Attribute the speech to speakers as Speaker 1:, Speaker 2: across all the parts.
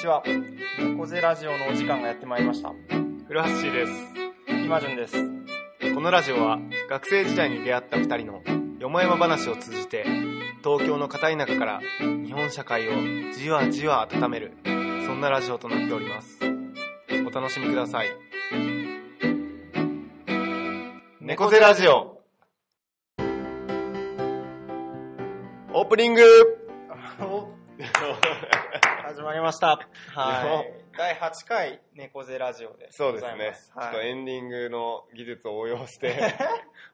Speaker 1: ちは。猫背ラジオのお時間がやってまいりました。
Speaker 2: 古橋です。
Speaker 1: 今順です。
Speaker 2: このラジオは学生時代に出会った二人のよもやま話を通じて東京の片田舎から日本社会をじわじわ温めるそんなラジオとなっております。お楽しみください。猫背ラジオオープニング
Speaker 1: 始まりました。は
Speaker 2: よ
Speaker 1: い。第8回猫背ラジオで
Speaker 2: そうで
Speaker 1: ご
Speaker 2: す
Speaker 1: ざい
Speaker 2: ね
Speaker 1: ま。
Speaker 2: ちょっと
Speaker 1: はい。
Speaker 2: エンディングの技術を応用 して、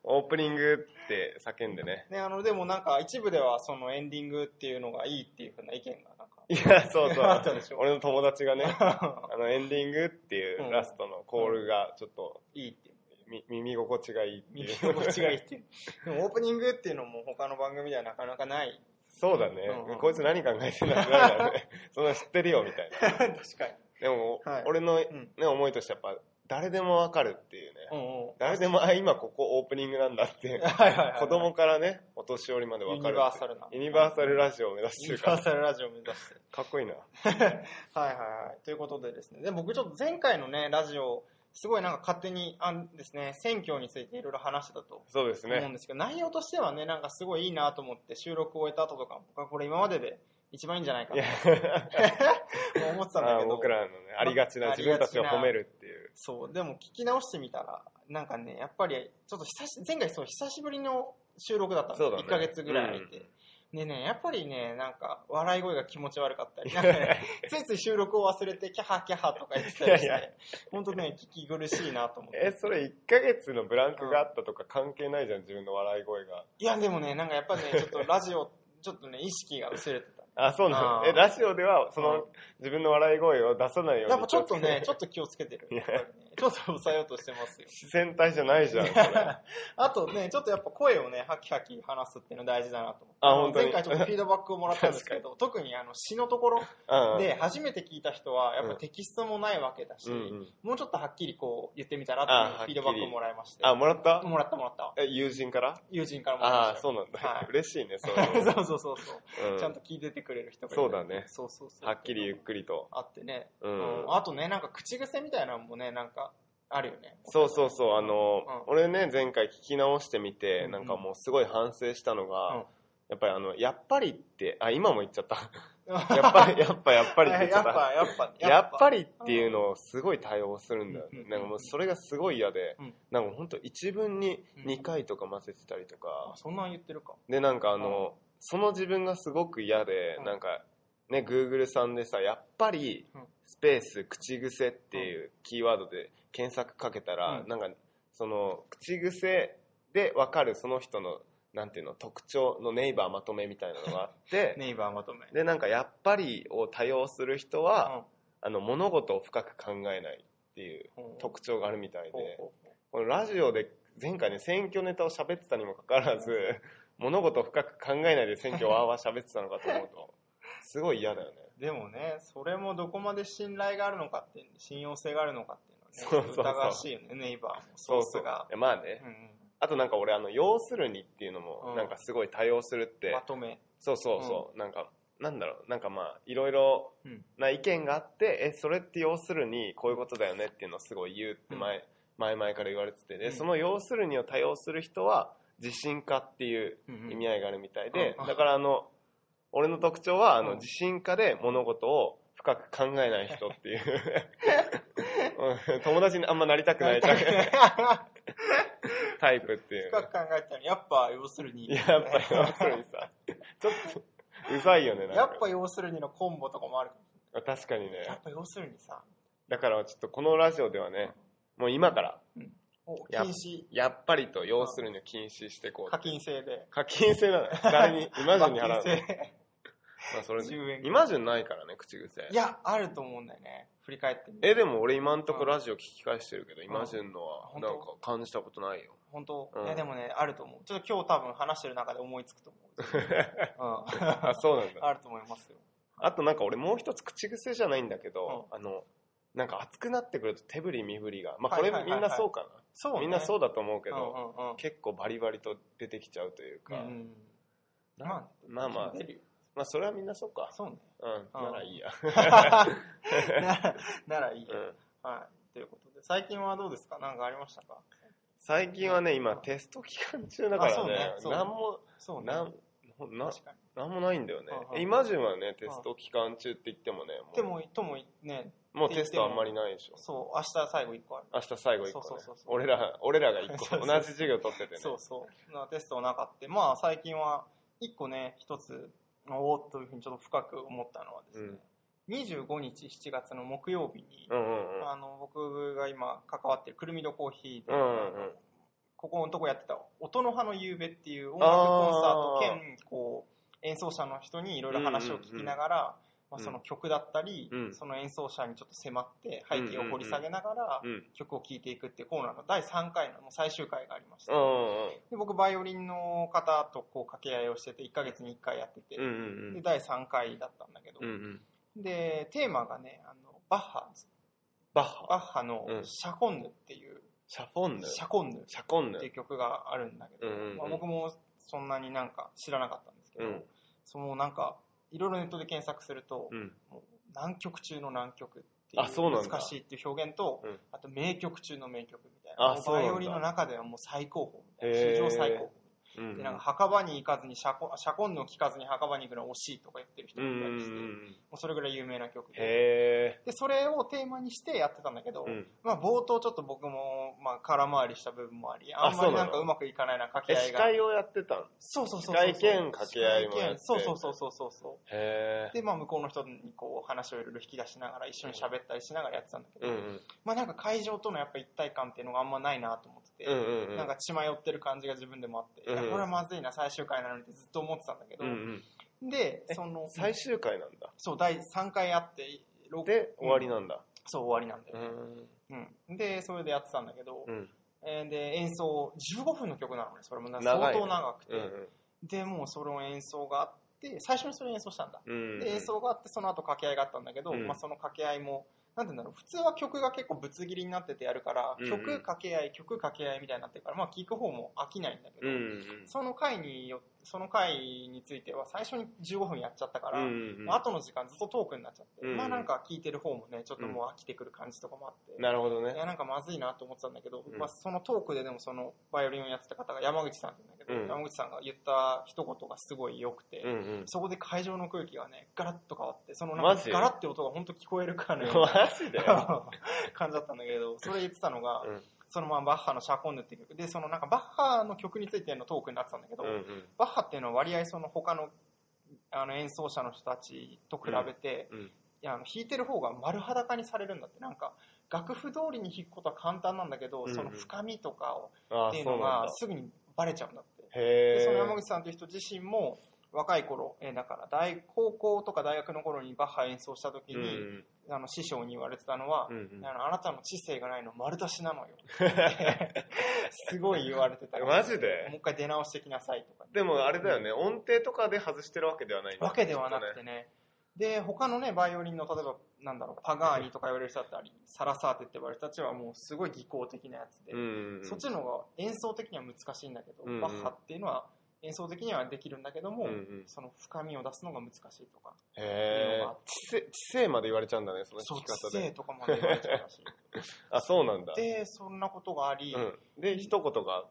Speaker 2: オープニングって叫んでね。
Speaker 1: ね、あの、でもなんか一部ではそのエンディングっていうのがいいっていうふうな意見がなんか。
Speaker 2: いや、そうそ
Speaker 1: あったでし
Speaker 2: う
Speaker 1: ょ。
Speaker 2: 俺の友達がね、あの、エンディングっていうラストのコールが、ちょっと、
Speaker 1: いいっていう。
Speaker 2: み耳心地がいいっていう
Speaker 1: 耳心地がいいっていう。でもオープニングっていうのも他の番組ではなかなかない。
Speaker 2: そうだね
Speaker 1: うんうん。
Speaker 2: こいつ何考えてんだってなるからね。そんな知ってるよ、みた いな。
Speaker 1: 確かに。
Speaker 2: でも
Speaker 1: はい、
Speaker 2: 俺のね
Speaker 1: う、ん。
Speaker 2: 思いとしてやっぱ、誰でもわかるっていう
Speaker 1: う
Speaker 2: ね。
Speaker 1: んうん。
Speaker 2: 誰でも、あ、今ここオープニングなんだって
Speaker 1: は。いはいはい。
Speaker 2: 子供からね、お年寄りまでわ
Speaker 1: ユニ
Speaker 2: かる。
Speaker 1: バーサルな。
Speaker 2: ユニバーサルラジオを目指して
Speaker 1: ユ
Speaker 2: る
Speaker 1: ニ
Speaker 2: か
Speaker 1: バ
Speaker 2: ら
Speaker 1: ー。サルラジオを目指して。
Speaker 2: かっこいいな。
Speaker 1: はいはいはい。ということでですね。で、僕ちょっと前回のね、ラジオ、すごいなんか勝手に、あんですね、選挙についていろいろ話してたと
Speaker 2: そうです
Speaker 1: 思う
Speaker 2: ね
Speaker 1: ん。ですけど、内容としてはね、なんかすごいいいなと思って、収録を終えた後とか、僕はこれ今までで一番いいんじゃないか
Speaker 2: いや
Speaker 1: な、と思ってたんだ
Speaker 2: あー
Speaker 1: けど
Speaker 2: 僕、らのね、ありがちな自分たちを褒めるっていう。
Speaker 1: そう、でも聞き直してみたら、なんかね、やっぱり、ちょっと久し、前回そう、久しぶりの収録だったんです
Speaker 2: そうだね
Speaker 1: 1ヶ月ぐらい空いて。でね、やっぱりね、なんか、笑い声が気持ち悪かったり、なんかねついつい収録を忘れて、キャハキャハとか言ってたりして、
Speaker 2: いやいや
Speaker 1: ほんとね、聞き苦しいなと思って。
Speaker 2: え、それ1ヶ月のブランクがあったとか関係ないじゃん、自分の笑い声が。
Speaker 1: いや、でもね、なんかやっぱね、 ちょっとラジオ、ちょっとね、意識が薄れてた。
Speaker 2: あ、そうな
Speaker 1: あ
Speaker 2: の
Speaker 1: ー
Speaker 2: え、ラジオでは、そうの、自分の笑い声を出さないように。
Speaker 1: やっぱちょっとね、ち
Speaker 2: ょっと
Speaker 1: ょっと気をつけてる。やっぱりね、ちょっと抑えようとしてますよ。
Speaker 2: 自然体じゃないじゃん、それ。
Speaker 1: あとね、ちょっとやっぱ声をね、ハキハキ話すっていうの大事だなと思って。
Speaker 2: あ本当に
Speaker 1: 前回ちょっとフィードバックをもらったんです けど、特にあの詩のところ
Speaker 2: うん。
Speaker 1: で初めて聞いた人は、やっぱ
Speaker 2: うん
Speaker 1: テキストもないわけだし、
Speaker 2: うんうん。
Speaker 1: もうちょっとはっきりこう言ってみたらっていうフィードバックをもらいまして。
Speaker 2: あ、もらった
Speaker 1: もらったもらった。
Speaker 2: え、友人から
Speaker 1: 友人からもらいました。
Speaker 2: ああ、そうなん
Speaker 1: はい
Speaker 2: だ。嬉しいね、そういうの
Speaker 1: そうそうそうそう、
Speaker 2: うん
Speaker 1: ちゃんと聞いててくれる人がいる
Speaker 2: そうだね
Speaker 1: そうそうそう。
Speaker 2: はっきりゆっくりと。
Speaker 1: あってね。
Speaker 2: う。
Speaker 1: うんんあとね、なんか口癖みたいなのもね、なんかあるよね。
Speaker 2: そうそうそう、あの
Speaker 1: うん、
Speaker 2: 俺ね、前回聞き直してみ
Speaker 1: うんう
Speaker 2: て、
Speaker 1: ん
Speaker 2: なんかもうすごい反省したの
Speaker 1: うん
Speaker 2: が、やっぱりあの、やっぱりって、あ、今も言っちゃ った。
Speaker 1: やっ
Speaker 2: やっぱり、やっぱ、やっぱりって
Speaker 1: や
Speaker 2: 言
Speaker 1: っ
Speaker 2: っちゃった。
Speaker 1: ぱ、やっぱ、
Speaker 2: やっぱ
Speaker 1: り。
Speaker 2: りっていうのをすごい対応するんだよ
Speaker 1: うんう
Speaker 2: ね
Speaker 1: ん。
Speaker 2: なんかもうそれがすごい嫌で
Speaker 1: うん、
Speaker 2: なんかほんと一文に
Speaker 1: うん
Speaker 2: 2回とか混ぜてたりと
Speaker 1: あ
Speaker 2: か、
Speaker 1: そんなん言ってるか。
Speaker 2: でなんかあの、その自分がすごく嫌で
Speaker 1: う、ん
Speaker 2: なんかね、Google さんでさ、やっぱり
Speaker 1: うん
Speaker 2: スペース口癖っていうキーワードで検索かけたら
Speaker 1: う、ん
Speaker 2: なんかその口癖でわかるその人の、なんていうの、特徴のネイバーまとめみたいなのがあ って、
Speaker 1: ネイバーまとめ。
Speaker 2: でなんかやっぱりを多用する人は、あの物事を深く考えないっていう
Speaker 1: うん
Speaker 2: 特徴があるみたいで
Speaker 1: ほうほう
Speaker 2: このラジオで前回ね選挙ネタを喋ってたにもかかわらず 物事を深く考えないで選挙をわーわー喋ってたのかと思う とすごい嫌だよね
Speaker 1: でもね、それもどこまで信頼があるのかっていう、信用性があるのかっていうの
Speaker 2: そう
Speaker 1: はね、
Speaker 2: そうそう
Speaker 1: 疑わしいよね、ネイバーも、ソースが
Speaker 2: い。やまあね、
Speaker 1: うんうん
Speaker 2: あとなんか俺あの「要するに」っていうの
Speaker 1: う
Speaker 2: も
Speaker 1: ん
Speaker 2: なんかすごい多用するって、
Speaker 1: まとめ。
Speaker 2: そうそうそう、なんかなんだろうなんかまあいろいろ
Speaker 1: うん
Speaker 2: な意見があってえそれって要するにこういうことだよねっていうのをすごい言うって前,、前々から言われててで、
Speaker 1: うん
Speaker 2: その要するにを多用する人は自信家っていう意味合いがあるみたいで、
Speaker 1: うん
Speaker 2: だからあの俺の特徴はあの、
Speaker 1: うん
Speaker 2: 自信家で物事を深く考えない人 っていううん友達にあんまなりたくないタイプ
Speaker 1: 深
Speaker 2: タイプっていう
Speaker 1: く考えたら、やっぱ要するに。
Speaker 2: やっぱ要するにさちょっとうざいよねなんか
Speaker 1: やっぱ要するにのコンボとかもある。
Speaker 2: 確かにね
Speaker 1: やっぱ要するにさ、
Speaker 2: だからちょっとこのラジオではね、もう今から、
Speaker 1: お
Speaker 2: や
Speaker 1: 禁止、
Speaker 2: やっぱりと要するに禁止していこう
Speaker 1: 課。金制で。
Speaker 2: 課金制なのよ誰 に、イマジュンに払うの。
Speaker 1: 罰金制
Speaker 2: まあそれ
Speaker 1: 10円
Speaker 2: イマジュンないからね、口癖。
Speaker 1: いや、あると思うんだよね。振り返ってみる
Speaker 2: え、でも俺今んとこラジオ聞き返してるけど、イマジュンの
Speaker 1: あ
Speaker 2: は
Speaker 1: 本当
Speaker 2: なんか感じたことない よ。
Speaker 1: 本当、
Speaker 2: うん
Speaker 1: いやでもねあると思うちょっと今日多分話してる中で思いつく と思う、うん、
Speaker 2: あ、そうなんだ。
Speaker 1: あると思いますよ
Speaker 2: あとなんか俺もう一つ口癖じゃないんだけど、あの、なんか熱くなってくると手振り身振りが。まあこれ
Speaker 1: はいはいはい
Speaker 2: み
Speaker 1: はい
Speaker 2: んなそうか
Speaker 1: そう、
Speaker 2: な。みんなそううだと思うけ
Speaker 1: け
Speaker 2: ど、
Speaker 1: うんうんうん
Speaker 2: 結構バリバリと出てきちゃうというか
Speaker 1: う。ん、まあ
Speaker 2: まあまあ
Speaker 1: 出るよ
Speaker 2: まあそれはみんなそうか。
Speaker 1: そうね。
Speaker 2: うん。
Speaker 1: あー
Speaker 2: ならいいや。
Speaker 1: なら、ならいいう や。
Speaker 2: ん。
Speaker 1: はい。ということで、最近はどうですかなんかありましたか
Speaker 2: 最近はね、今テスト期間中だか
Speaker 1: あそ
Speaker 2: ら
Speaker 1: うね
Speaker 2: ね、
Speaker 1: そう
Speaker 2: なんも、
Speaker 1: そうね。
Speaker 2: なん、な、
Speaker 1: 確かに。
Speaker 2: なんもないんだよね
Speaker 1: はいは。い
Speaker 2: えイマジンはね、テスト期間中って言ってもね、
Speaker 1: で
Speaker 2: も
Speaker 1: も、ともね、
Speaker 2: う、もうテストあんまりないでしょ。
Speaker 1: そう、明日最後一個ある。
Speaker 2: 明日最後一個ね
Speaker 1: そうそうそうそう
Speaker 2: 俺ら、俺らが一
Speaker 1: そうそ
Speaker 2: 個、
Speaker 1: う
Speaker 2: 同じ授業取っててね。
Speaker 1: そうそう。なテストの中って、まあ最近は一個ね、一つ、おおっというふうにちょっと深く思ったのはですね、25日7月の木曜日に、
Speaker 2: うんうんうん。
Speaker 1: あの僕が今関わってるくるみどコーヒーで、
Speaker 2: うんうんうん
Speaker 1: ここのとこやってた「音の葉の夕べ」っていう音楽コンサート兼こう演奏者の人にいろいろ話を聞きながら、まあ、その曲だったり、
Speaker 2: うん
Speaker 1: その演奏者にちょっと迫って背景を掘り下げながら
Speaker 2: うん。
Speaker 1: 曲を聴いていくっていうコーナーの第3回のもう最終回がありました、
Speaker 2: うんうん
Speaker 1: で僕バイオリンの方とこう掛け合いをしてて1ヶ月に1回やってて、
Speaker 2: うん。うんうんう
Speaker 1: で
Speaker 2: ん。
Speaker 1: 第3回だったんだけど、
Speaker 2: うんうん。
Speaker 1: でテーマがねあのバッハ
Speaker 2: バッハ。
Speaker 1: バッハの
Speaker 2: う
Speaker 1: 「
Speaker 2: ん
Speaker 1: シャコンヌ」っていう
Speaker 2: シャフォ
Speaker 1: 「
Speaker 2: ンヌ。
Speaker 1: シ
Speaker 2: シ
Speaker 1: ャコンヌ」っ
Speaker 2: ャコンヌ
Speaker 1: てい。う曲があるんだけど、
Speaker 2: うんうんうん
Speaker 1: まあ、僕もそんなになんか知らなかったんですけ
Speaker 2: う
Speaker 1: ど、
Speaker 2: ん。
Speaker 1: そのなんかいろいろネットで検索すると、
Speaker 2: うん。
Speaker 1: もう難曲中の難曲ってい
Speaker 2: あそう
Speaker 1: う
Speaker 2: なんだ
Speaker 1: 難しいっていう表現と
Speaker 2: うん
Speaker 1: あと名曲中の名曲みたい
Speaker 2: あ
Speaker 1: なもう
Speaker 2: そうなん
Speaker 1: バ
Speaker 2: だ
Speaker 1: イオリンの中ではもう最高峰みたい
Speaker 2: へー
Speaker 1: な史上最高峰
Speaker 2: うんうん
Speaker 1: でなんか墓場に行かずにシャコシャコンヌを聴かずに墓場に行くのは惜しいとか言ってる人
Speaker 2: うんう
Speaker 1: もい
Speaker 2: ん
Speaker 1: た
Speaker 2: う
Speaker 1: り
Speaker 2: ん
Speaker 1: して、
Speaker 2: う
Speaker 1: も
Speaker 2: ん。
Speaker 1: うそれぐらい有名な曲で
Speaker 2: へ
Speaker 1: でそれをテーマにしてやってたんだけど、
Speaker 2: ー。うん。
Speaker 1: まあ、冒頭ちょっと僕も、まあ、空回りした部分もあり、
Speaker 2: あ
Speaker 1: あんまり
Speaker 2: そう
Speaker 1: なん
Speaker 2: な
Speaker 1: か
Speaker 2: の
Speaker 1: うまくいかないな、掛け
Speaker 2: え、
Speaker 1: 合い
Speaker 2: 司
Speaker 1: が。
Speaker 2: 会をやってたん
Speaker 1: そうそうそうそう。
Speaker 2: 司会兼掛け合いもやって
Speaker 1: 司会兼そうそうそうそうそ
Speaker 2: へ
Speaker 1: う。で、まあ、向こうの人にこう、話をいろいろ引き出しながら、一緒に喋ったりしながらやってたんだけ
Speaker 2: ー。う
Speaker 1: ど、
Speaker 2: んうん。
Speaker 1: まあ、なんか会場とのやっぱ一体感っていうのがあんまないなと思ってて、
Speaker 2: うんうんうん。
Speaker 1: なんか血迷ってる感じが自分でもあって、
Speaker 2: うん
Speaker 1: いやこれはまずいな、最終回なのにってずっと思ってたんだけど
Speaker 2: うん、うん。
Speaker 1: で、
Speaker 2: え
Speaker 1: その、
Speaker 2: 最終回なんだ。
Speaker 1: そう、第3回あって、ろ
Speaker 2: で、終わりなんだ。
Speaker 1: そう、終わりなんだ
Speaker 2: う
Speaker 1: よね。
Speaker 2: ん。
Speaker 1: うん。で、それでやってたんだけど、
Speaker 2: うん。
Speaker 1: えーで演奏15分の曲なのねそれもな
Speaker 2: 長いね
Speaker 1: 相当長くて、
Speaker 2: うん
Speaker 1: でもうその演奏があって最初にそれ演奏したんだ、
Speaker 2: うん。
Speaker 1: で演奏があってその後掛け合いがあったんだけど、
Speaker 2: うん
Speaker 1: まあ、その掛け合いもなんて言うんだろう普通は曲が結構ぶつ切りになっててやるから、
Speaker 2: うんうん
Speaker 1: 曲掛け合い曲掛け合いみたいになってるからまあ聴く方も飽きないんだけ
Speaker 2: う
Speaker 1: ど、
Speaker 2: んうん。
Speaker 1: その回によその回については最初に15分やっちゃったから、
Speaker 2: うんうん
Speaker 1: まあ後の時間ずっとトークになっちゃって、
Speaker 2: うん
Speaker 1: まあなんか聴いてる方もねちょっともう飽きてくる感じとかもあって、
Speaker 2: なるほど
Speaker 1: い
Speaker 2: ね。
Speaker 1: やなんかまずいなと思ってたんだけど、
Speaker 2: うん
Speaker 1: まあ、そのトークででもそのバイオリンをやってた方が山口さんって言うんだけど、
Speaker 2: うん
Speaker 1: 山口さんが言った一言がすごい良くて、
Speaker 2: うん うん。
Speaker 1: そこで会場の空気がねガラッと変わってその
Speaker 2: マ
Speaker 1: なん
Speaker 2: ジ
Speaker 1: かガラッて音が本当聞こえるかのよう
Speaker 2: マ
Speaker 1: な
Speaker 2: ジでう
Speaker 1: 感じだったんだけどそれ言ってたのが、
Speaker 2: うん
Speaker 1: そのままバッハの「シャコンヌ」って曲でそのなんかバッハの曲についてのトークになってたんだけど、
Speaker 2: んうん。
Speaker 1: バッハっていうのは割合その他のあの演奏者の人たちと比べて、
Speaker 2: うんうん
Speaker 1: いやあの弾いてる方が丸裸にされるんだってなんか楽譜通りに弾くことは簡単なんだけど、
Speaker 2: うんうん
Speaker 1: その深みとかを
Speaker 2: ああ、
Speaker 1: ってい
Speaker 2: そう
Speaker 1: う
Speaker 2: なん
Speaker 1: の
Speaker 2: だ
Speaker 1: が。すぐにバレちゃうんだって、
Speaker 2: へ
Speaker 1: で
Speaker 2: え。
Speaker 1: その山口さんという人自身も若い頃えーだから大高校とか大学の頃にバッハ演奏した時
Speaker 2: うんう
Speaker 1: に、
Speaker 2: ん
Speaker 1: あの師匠に言われてたのは、
Speaker 2: うんうん。
Speaker 1: あのあなたの知性がないのは丸出しなのよって すごい言われてたから
Speaker 2: マジで
Speaker 1: もう一回出直してきなさいとか
Speaker 2: でもあれだよね、音程とかで外してるわけではないんだ
Speaker 1: わけではなくてね。で、他のね、バイオリンの、例えば、なんだろう、パガーニとか言われる人だったり、サラサーテって言われる人たちはもうすごい技巧的なやつで、
Speaker 2: うんうんうん。
Speaker 1: そっちの方が演奏的には難しいんだけど、
Speaker 2: うんうん
Speaker 1: バッハっていうのは演奏的にはできるんだけども、
Speaker 2: うんうん
Speaker 1: その深みを出すのが難しいとか、
Speaker 2: へ
Speaker 1: の
Speaker 2: え
Speaker 1: が。
Speaker 2: 知性、知性まで言われちゃうんだね、その
Speaker 1: そう
Speaker 2: 弾き方
Speaker 1: 知性
Speaker 2: で。
Speaker 1: とかもね言われちゃうらしい。
Speaker 2: あ、そうなんだ。
Speaker 1: で、そんなことがあり、
Speaker 2: うん。で、一言が。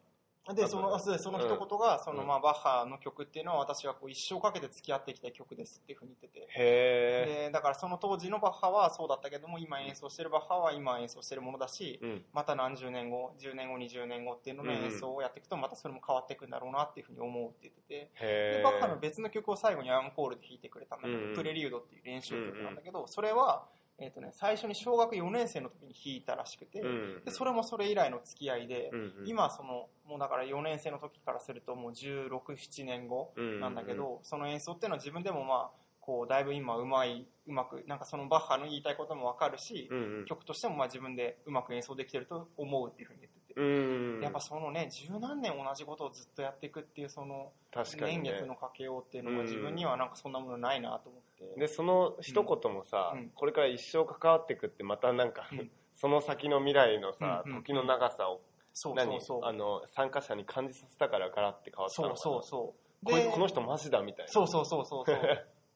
Speaker 1: で、その、あそうですその一言が、そ
Speaker 2: う
Speaker 1: の、
Speaker 2: ん
Speaker 1: まあ、バッハの曲っていうのは私がこう一生かけて付き合ってきた曲ですっていうふうに言ってて、
Speaker 2: へえ。
Speaker 1: でだからその当時のバッハはそうだったけども今演奏してるバッハは今演奏してるものだし
Speaker 2: うん。
Speaker 1: また何十年後10年後20年後っていうのの
Speaker 2: うんうん
Speaker 1: 演奏をやっていくとまたそれも変わっていくんだろうなっていうふうに思うって言ってて、
Speaker 2: へ
Speaker 1: で
Speaker 2: え。
Speaker 1: バッハの別の曲を最後にアンコールで弾いてくれたんだけど、
Speaker 2: うんうん
Speaker 1: プレリュードっていう練習曲なんだけど、それは、えーとね、最初に小学4年生の時に弾いたらしくて、
Speaker 2: うん。
Speaker 1: でそれもそれ以来の付き合いで、
Speaker 2: うんうん、
Speaker 1: 今そのもうだから4年生の時からするともう1617年後、なんだけど、その演奏っていうのは自分でもまあこうだいぶ今うまいうまくなんかそのバッハの言いたいこともわかるし
Speaker 2: う、んうん、
Speaker 1: 曲としてもまあ自分でうまく演奏できてると思うっていうふうに言ってて、
Speaker 2: うん、
Speaker 1: やっぱそのね十何年同じことをずっとやっていくっていうその
Speaker 2: 確かに、
Speaker 1: 年
Speaker 2: ね、
Speaker 1: 月のかけようっていうのが自分にはなんかそんなものないなと思って、
Speaker 2: でその一言もさ、
Speaker 1: うん
Speaker 2: これから一生関わっていくってまたなんか、
Speaker 1: うん
Speaker 2: その先の未来のさ、
Speaker 1: うんうん
Speaker 2: 時の長さを
Speaker 1: そうそ
Speaker 2: 何
Speaker 1: うそう
Speaker 2: あの参加者に感じさせたからガラって変わった
Speaker 1: そう
Speaker 2: のかな
Speaker 1: そうそう
Speaker 2: こい
Speaker 1: で
Speaker 2: この人マジだみたいな。
Speaker 1: そうそうそ うそうそう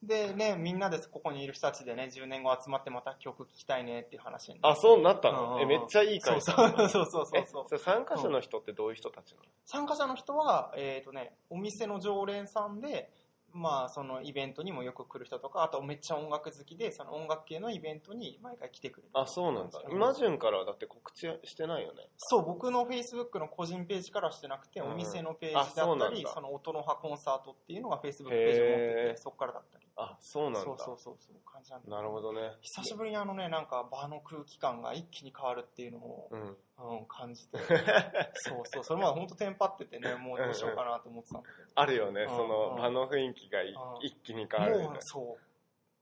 Speaker 1: でねみんなでここにいる人たちでね10年後集まってまた曲聴きたいねっていう話にな
Speaker 2: あ、
Speaker 1: る
Speaker 2: そうなった
Speaker 1: う
Speaker 2: の
Speaker 1: ん
Speaker 2: え、めっちゃいい
Speaker 1: そ
Speaker 2: 会
Speaker 1: う
Speaker 2: 社
Speaker 1: そ
Speaker 2: だな。
Speaker 1: うそうそうそうそう
Speaker 2: え、それ参加者の人ってどういう人たちなの
Speaker 1: 参加者の人は、えーとね、お店の常連さんで、まあ、そのイベントにもよく来る人とかあとめっちゃ音楽好きでその音楽系のイベントに毎回来てくれる
Speaker 2: あ、そうなんだ。
Speaker 1: う
Speaker 2: イ
Speaker 1: ん
Speaker 2: マジュンからはだって告知してないよね。
Speaker 1: そう僕のフェイスブックの個人ページからはしてなくて、
Speaker 2: うん
Speaker 1: お店のページだ
Speaker 2: あそう
Speaker 1: っ
Speaker 2: な
Speaker 1: た
Speaker 2: ん
Speaker 1: り
Speaker 2: だ
Speaker 1: その音の葉コンサートっていうのがフェイスブックページを持って
Speaker 2: へー
Speaker 1: てそこからだったり
Speaker 2: あ、そうなん
Speaker 1: そう
Speaker 2: だ
Speaker 1: そう。そうそう感じなんだ
Speaker 2: なるほどね。
Speaker 1: 久しぶりにあのねなんか場の空気感が一気に変わるっていうのを、
Speaker 2: うん。
Speaker 1: うん、感 じてそうそうそれまで本当テンパっててねもうどうしようかなと思ってたんだけど
Speaker 2: あるよね、
Speaker 1: うん
Speaker 2: その場の雰囲気がい
Speaker 1: うん
Speaker 2: 一気に変わるよ
Speaker 1: も
Speaker 2: ね
Speaker 1: う。そ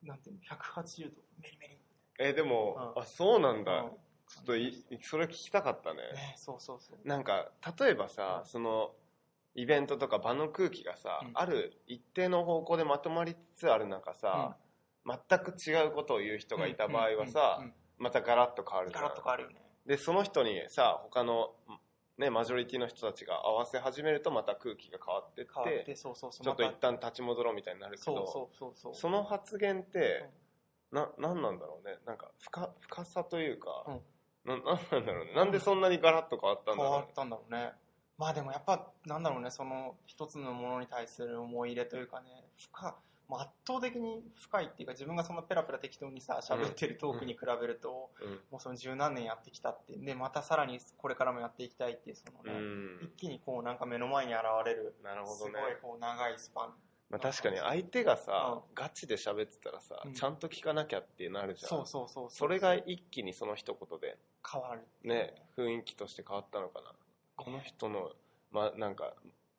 Speaker 1: うなんていうの180度メリメリ
Speaker 2: え、でも、
Speaker 1: うん
Speaker 2: あ、そうなんだ。
Speaker 1: うん
Speaker 2: ちょっとい、それ聞きたかったね。
Speaker 1: ねそうそうそう
Speaker 2: なんか、例えばさ、
Speaker 1: うん
Speaker 2: その、イベントとか場の空気がさ、
Speaker 1: うん
Speaker 2: ある一定の方向でまとまりつつある中さ、全く違うことを言う人がいた場合はさ、
Speaker 1: うんうん
Speaker 2: またガラッと変わ
Speaker 1: う
Speaker 2: る
Speaker 1: ん
Speaker 2: じゃ
Speaker 1: ガ
Speaker 2: ん
Speaker 1: ラッと変わるよね
Speaker 2: で、その人にさ、他の、ね、マジョリティの人たちが合わせ始めるとまた空気が変わってっ、
Speaker 1: 変わっててそうそうそう
Speaker 2: ちょっと
Speaker 1: ま
Speaker 2: 一
Speaker 1: た
Speaker 2: 旦立ち戻ろうみたいになるけど、
Speaker 1: そうそうそうそう
Speaker 2: その発言って、な、なんなんだろうね。なんか、深、深さというか、
Speaker 1: うん
Speaker 2: な、なんなんだろうね。なんでそんなにガラッと変わったん
Speaker 1: 変
Speaker 2: だろう
Speaker 1: わ
Speaker 2: ね
Speaker 1: っ。たんだろうねまあでもやっぱなんだろうねその一つのものに対する思い入れというかね深もう圧倒的に深いっていうか自分がそんなペラペラ適当にさ喋ってるトークに比べると、
Speaker 2: うん
Speaker 1: もうその十何年やってきたってでまたさらにこれからもやっていきたいっていうそのね、一気にこうなんか目の前に現れる
Speaker 2: なるほ
Speaker 1: す
Speaker 2: ど
Speaker 1: ごい
Speaker 2: ね。
Speaker 1: こう長いスパン
Speaker 2: まあ、確かに相手がさ、
Speaker 1: う
Speaker 2: ガチで喋ってたらさ、
Speaker 1: うん
Speaker 2: ちゃんと聞かなきゃってなるじゃん。
Speaker 1: そうそうそう
Speaker 2: それが一気にその一言で、
Speaker 1: 変わる
Speaker 2: ね、雰囲気として変わったのかな。この人の、まあ、なんか、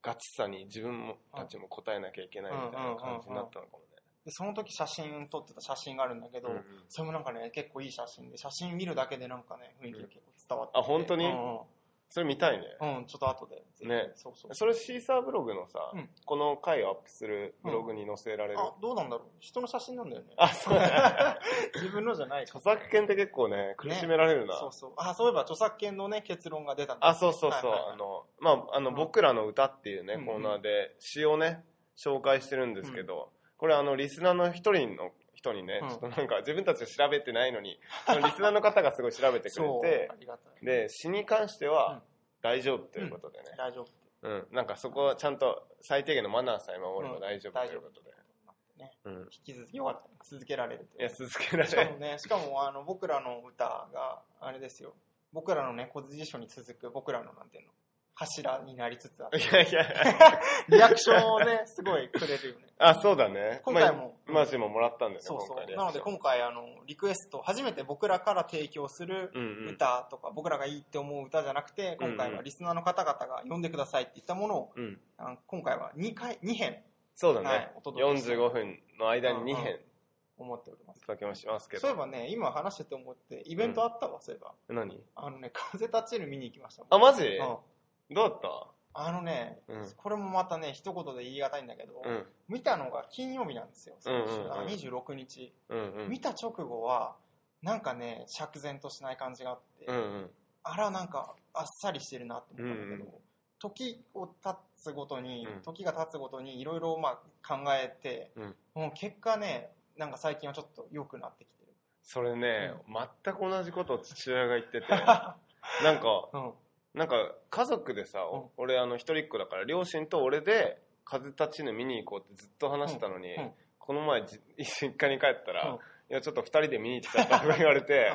Speaker 2: ガチさに自分もたちも答えなきゃいけないみたいな感じになったのかもね。
Speaker 1: でその時写真撮ってた写真があるんだけど、
Speaker 2: うんうん
Speaker 1: それもなんかね結構いい写真で写真見るだけでなんかね雰囲気が結構伝わってきて、
Speaker 2: あ本当に
Speaker 1: う
Speaker 2: それ見たいね。
Speaker 1: んうん、うん、ちょっと後でぜひ
Speaker 2: ね
Speaker 1: そうそう
Speaker 2: それシーサーブログのさ、
Speaker 1: うん
Speaker 2: この回をアップするブログに載せられる、
Speaker 1: あどうなんだろう人の写真なんだよね
Speaker 2: あ、そうだ。
Speaker 1: 自分のじゃない
Speaker 2: 著作権って結構ね、苦しめられるな。
Speaker 1: そうそうあそういえば著作権のね結論が出たんだ
Speaker 2: あ、そうそうそう。
Speaker 1: はいはいはい
Speaker 2: あの、まあ、あの、
Speaker 1: うん
Speaker 2: 僕らの歌っていうね、
Speaker 1: うんうん
Speaker 2: コーナーで詩をね、紹介してるんですけど、これあの、リスナーの一人の人にね、
Speaker 1: うん
Speaker 2: ちょっとなんか自分たちが調べてないの に、そのリスナーの方がすごい調べてく
Speaker 1: そう
Speaker 2: れ
Speaker 1: ありがた
Speaker 2: て、
Speaker 1: い
Speaker 2: で、詩に関して
Speaker 1: うん
Speaker 2: は大丈夫ということでね、
Speaker 1: 大丈夫
Speaker 2: うん、なんかそこはちゃんと最低限のマナーさえ守れば大丈夫と
Speaker 1: 大
Speaker 2: い
Speaker 1: 丈
Speaker 2: う
Speaker 1: 夫
Speaker 2: ことで。
Speaker 1: ね
Speaker 2: うん。
Speaker 1: 引き続きよかったね続けられると
Speaker 2: いや、続けられ
Speaker 1: しかもね、 しかもあの僕らの歌が、あれですよ、僕らの猫辞書に続く僕らのなんていうの、柱になりつつあっ
Speaker 2: い
Speaker 1: て、
Speaker 2: やいや、
Speaker 1: リアクションをね、すごいくれるよね。
Speaker 2: あ、そうだね。
Speaker 1: 今回も
Speaker 2: まあ、マジももらったんだよね、
Speaker 1: そう
Speaker 2: 今回
Speaker 1: そ
Speaker 2: ね
Speaker 1: う。なので今回、あの、リクエスト、初めて僕らから提供する
Speaker 2: うんうん。
Speaker 1: 歌とか、僕らがいいって思う歌じゃなくて、今回はリスナーの方々が読んでくださいって言ったものを、
Speaker 2: うん。
Speaker 1: あの今回は2回、2編
Speaker 2: そうだね、
Speaker 1: はいお届けして
Speaker 2: 45分の間に2
Speaker 1: うんう
Speaker 2: 編
Speaker 1: ん思っております。
Speaker 2: お届けもしますけど。
Speaker 1: そういえばね、今話してて思って、イベントあったわ、そういえば。
Speaker 2: 何
Speaker 1: あのね、風立ちる見に行きました。
Speaker 2: あ、マジ、
Speaker 1: うん
Speaker 2: どうだっ
Speaker 1: あのね、
Speaker 2: うん
Speaker 1: これもまたね、一言で言い難いんだけど、
Speaker 2: たうん。
Speaker 1: 見たのが金曜日なんですよ、
Speaker 2: うんうんうん
Speaker 1: 先週だから26日、
Speaker 2: うんうん。
Speaker 1: 見た直後は、なんかね、釈然としない感じがあって、
Speaker 2: うんうん。
Speaker 1: あら、なんかあっさりしてるなって思ったんだけど、
Speaker 2: うん
Speaker 1: 時を経つごとに、
Speaker 2: うん
Speaker 1: 時が経つごとにいろいろまあ考えて、
Speaker 2: うん
Speaker 1: もう結果ね、なんか最近はちょっと良くなってき てる。
Speaker 2: それね、全く同じことを父親が言ってて、
Speaker 1: うん、あ
Speaker 2: なんか、なんか家族でさ、
Speaker 1: うん
Speaker 2: 俺あの一人っ子だから、両親と俺で風立ちぬ見に行こうってずっと話してたのに、
Speaker 1: うんうん
Speaker 2: この前じ 実家に帰ったら、
Speaker 1: うん
Speaker 2: いや、ちょっと二人で見に行ってたとか言われて、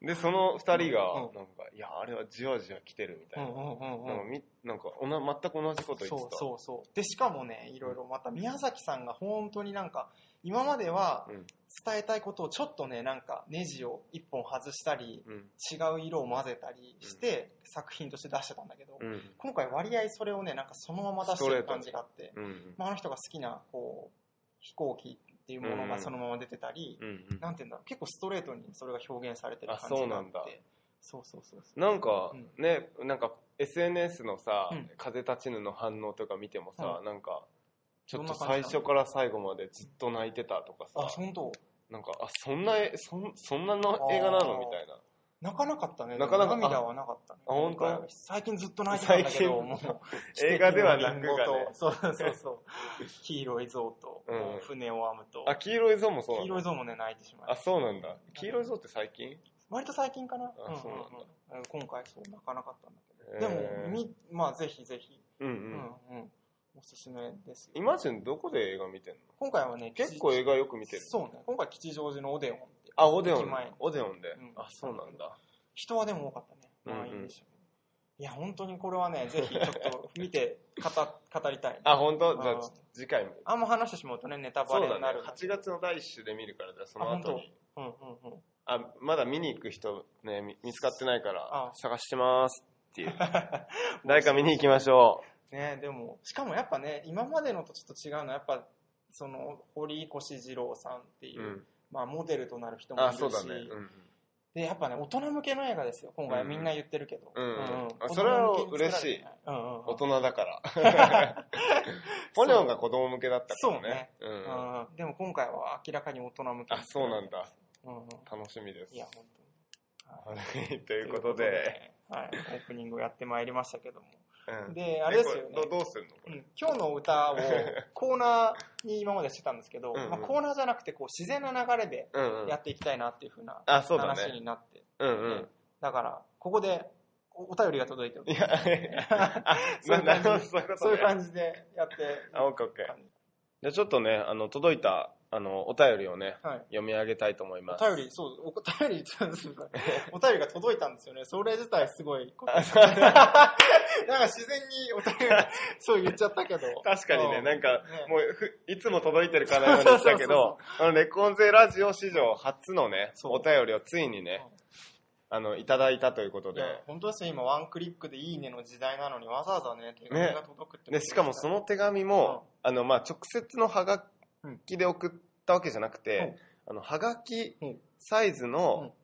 Speaker 2: で、その二人が、
Speaker 1: うんうん
Speaker 2: なんか、いや、あれはじわじわ来てるみた
Speaker 1: う
Speaker 2: い
Speaker 1: ん
Speaker 2: な。
Speaker 1: うんうんうん
Speaker 2: なんかみなんかおな全く同じこと言ってた。
Speaker 1: そうそうそうでしかもねいろいろまた宮崎さんが本当になんか今までは
Speaker 2: うん
Speaker 1: 伝えたいことをちょっとねなんかネジを一本外したり
Speaker 2: うん
Speaker 1: 違う色を混ぜたりして作品として出してたんだけど、
Speaker 2: うん
Speaker 1: 今回割合それをねなんかそのまま出してる感じがあって、
Speaker 2: うん
Speaker 1: まあ、あの人が好きなこう飛行機っていうものがそのまま出てたり、
Speaker 2: うんうん
Speaker 1: なんていうんだろう結構ストレートにそれが表現されてる感じ
Speaker 2: あそうな
Speaker 1: があっ
Speaker 2: んだ
Speaker 1: てそうそうそうそう
Speaker 2: なんか
Speaker 1: うん
Speaker 2: ね、なんか SNS のさ、
Speaker 1: うん
Speaker 2: 風立ちぬの反応とか見てもさ、
Speaker 1: う
Speaker 2: なんか、ちょっ
Speaker 1: ど
Speaker 2: と
Speaker 1: んな感
Speaker 2: 最
Speaker 1: じなの
Speaker 2: 初から最後までずっと泣いてたとか
Speaker 1: あ
Speaker 2: さ、
Speaker 1: 本当
Speaker 2: なんか、あ、そんな、えそんそんなの映画なの
Speaker 1: あー
Speaker 2: みたいな。
Speaker 1: 泣かなかったね。
Speaker 2: 泣かなかった
Speaker 1: 涙はなかったね。
Speaker 2: あ本当
Speaker 1: 今回は最近ずっと泣いてたんだけど、も
Speaker 2: 最近
Speaker 1: う。
Speaker 2: 映画では泣くがね
Speaker 1: 奇跡のリンゴとそうそうそう。黄色い像と、
Speaker 2: うん
Speaker 1: こう船を編むと。
Speaker 2: あ黄色いゾウもそう
Speaker 1: 黄
Speaker 2: なんだ
Speaker 1: 色い像もね、泣いてしま
Speaker 2: あ
Speaker 1: う。
Speaker 2: そうなんだ黄色いゾウって最近
Speaker 1: 割と最近かな。
Speaker 2: あそうなんだ
Speaker 1: うんうんうん今回そう泣かなかったんだけど。でも、
Speaker 2: えー
Speaker 1: み、まあぜひぜひ。
Speaker 2: うんう
Speaker 1: うん
Speaker 2: ん
Speaker 1: うん。おすすめですよ。
Speaker 2: イマジンどこで映画見てんの
Speaker 1: 今回はね、
Speaker 2: 結構映
Speaker 1: 画
Speaker 2: 画よく見てる
Speaker 1: そうね。今回吉祥寺のオデオンって。
Speaker 2: あオデオ
Speaker 1: 駅
Speaker 2: ン
Speaker 1: 前
Speaker 2: オデオンで、
Speaker 1: うん
Speaker 2: あそうなんだ
Speaker 1: 人はでも多かったね。まあいいでしょう。いや、本当にこれはね、ぜひちょっと見て語、 語りたい。
Speaker 2: あ本当じゃ
Speaker 1: う
Speaker 2: あ
Speaker 1: ん
Speaker 2: 次回も
Speaker 1: あんま話してしまうとね、ネタバ
Speaker 2: そう
Speaker 1: レ
Speaker 2: だ
Speaker 1: にな
Speaker 2: ね
Speaker 1: る。
Speaker 2: 8月の第1週で見るからじゃあその
Speaker 1: あ
Speaker 2: 後
Speaker 1: 本
Speaker 2: に
Speaker 1: うんうんうん。
Speaker 2: あまだ見に行く人ねみ見つかってないから
Speaker 1: あ
Speaker 2: 探してますって いう誰か見に行きましょ、
Speaker 1: ねでも、しかもやっぱね、今までのとちょっと違うのは、やっぱ、その、堀越二郎さんっていうう、
Speaker 2: うん、
Speaker 1: まあ、モデルとなる人もい
Speaker 2: あ
Speaker 1: るし、
Speaker 2: そうだねうん
Speaker 1: で、やっぱね、大人向けの映画ですよ、今回
Speaker 2: うん
Speaker 1: みんな言ってるけど。
Speaker 2: うんあ
Speaker 1: 子供
Speaker 2: それは
Speaker 1: 向けに作らて
Speaker 2: 嬉しい
Speaker 1: ない。うんうんうん
Speaker 2: 大人だから ポニョンが子供向けだったからねう、
Speaker 1: うんんうんでも今回は明らかに大人向けに
Speaker 2: あ
Speaker 1: 作
Speaker 2: そうな
Speaker 1: られ
Speaker 2: ん
Speaker 1: てま
Speaker 2: だ
Speaker 1: す。うんうん。
Speaker 2: 楽しみです
Speaker 1: いや、本当に。
Speaker 2: はいとい
Speaker 1: と
Speaker 2: うことで、
Speaker 1: はい、オープニングをやってまいりましたけども。
Speaker 2: うん
Speaker 1: で、あれですよ
Speaker 2: え
Speaker 1: ね
Speaker 2: こ。どどうするのこ
Speaker 1: う
Speaker 2: れ
Speaker 1: ん今日の歌をコーナーに今までしてたんですけど、
Speaker 2: うんうん
Speaker 1: まあ、コーナーじゃなくてこう自然な流れで
Speaker 2: うんうん
Speaker 1: やっていきたいなっていうふうな
Speaker 2: あそうだ
Speaker 1: 話
Speaker 2: ね
Speaker 1: になって、
Speaker 2: うんう
Speaker 1: ねだからここでおお便りが届いてる
Speaker 2: んいやあ
Speaker 1: そういう
Speaker 2: な
Speaker 1: 感
Speaker 2: る
Speaker 1: じ
Speaker 2: ほどそういうことね
Speaker 1: そういう感じでやって
Speaker 2: あオッケーオッケーじゃあちょっとねあの届いたあのお便りをね
Speaker 1: はい、
Speaker 2: 読み上げたいと思います
Speaker 1: お便りそうおお便りお便りが届いたんですよねそれ自体すごいこと なん
Speaker 2: そう
Speaker 1: か自然にお便りがそう言っちゃったけど
Speaker 2: 確かにね、
Speaker 1: うん
Speaker 2: なんか、
Speaker 1: ね
Speaker 2: もうふ、いつも届いてるかのようにしたけど、あの、レコンゼラジオ史上初のね、
Speaker 1: そう
Speaker 2: お便りをついにね、あの、いただいたということ
Speaker 1: い
Speaker 2: で
Speaker 1: や、本当ですよ今ワンクリックで「いいね」の時代なのにわざわざね手紙が届くってこと
Speaker 2: で、しかもその手紙も、あの、まあ、直接のハガキで送ったわけじゃなくて、あの、ハガキ
Speaker 1: うん
Speaker 2: サイズの、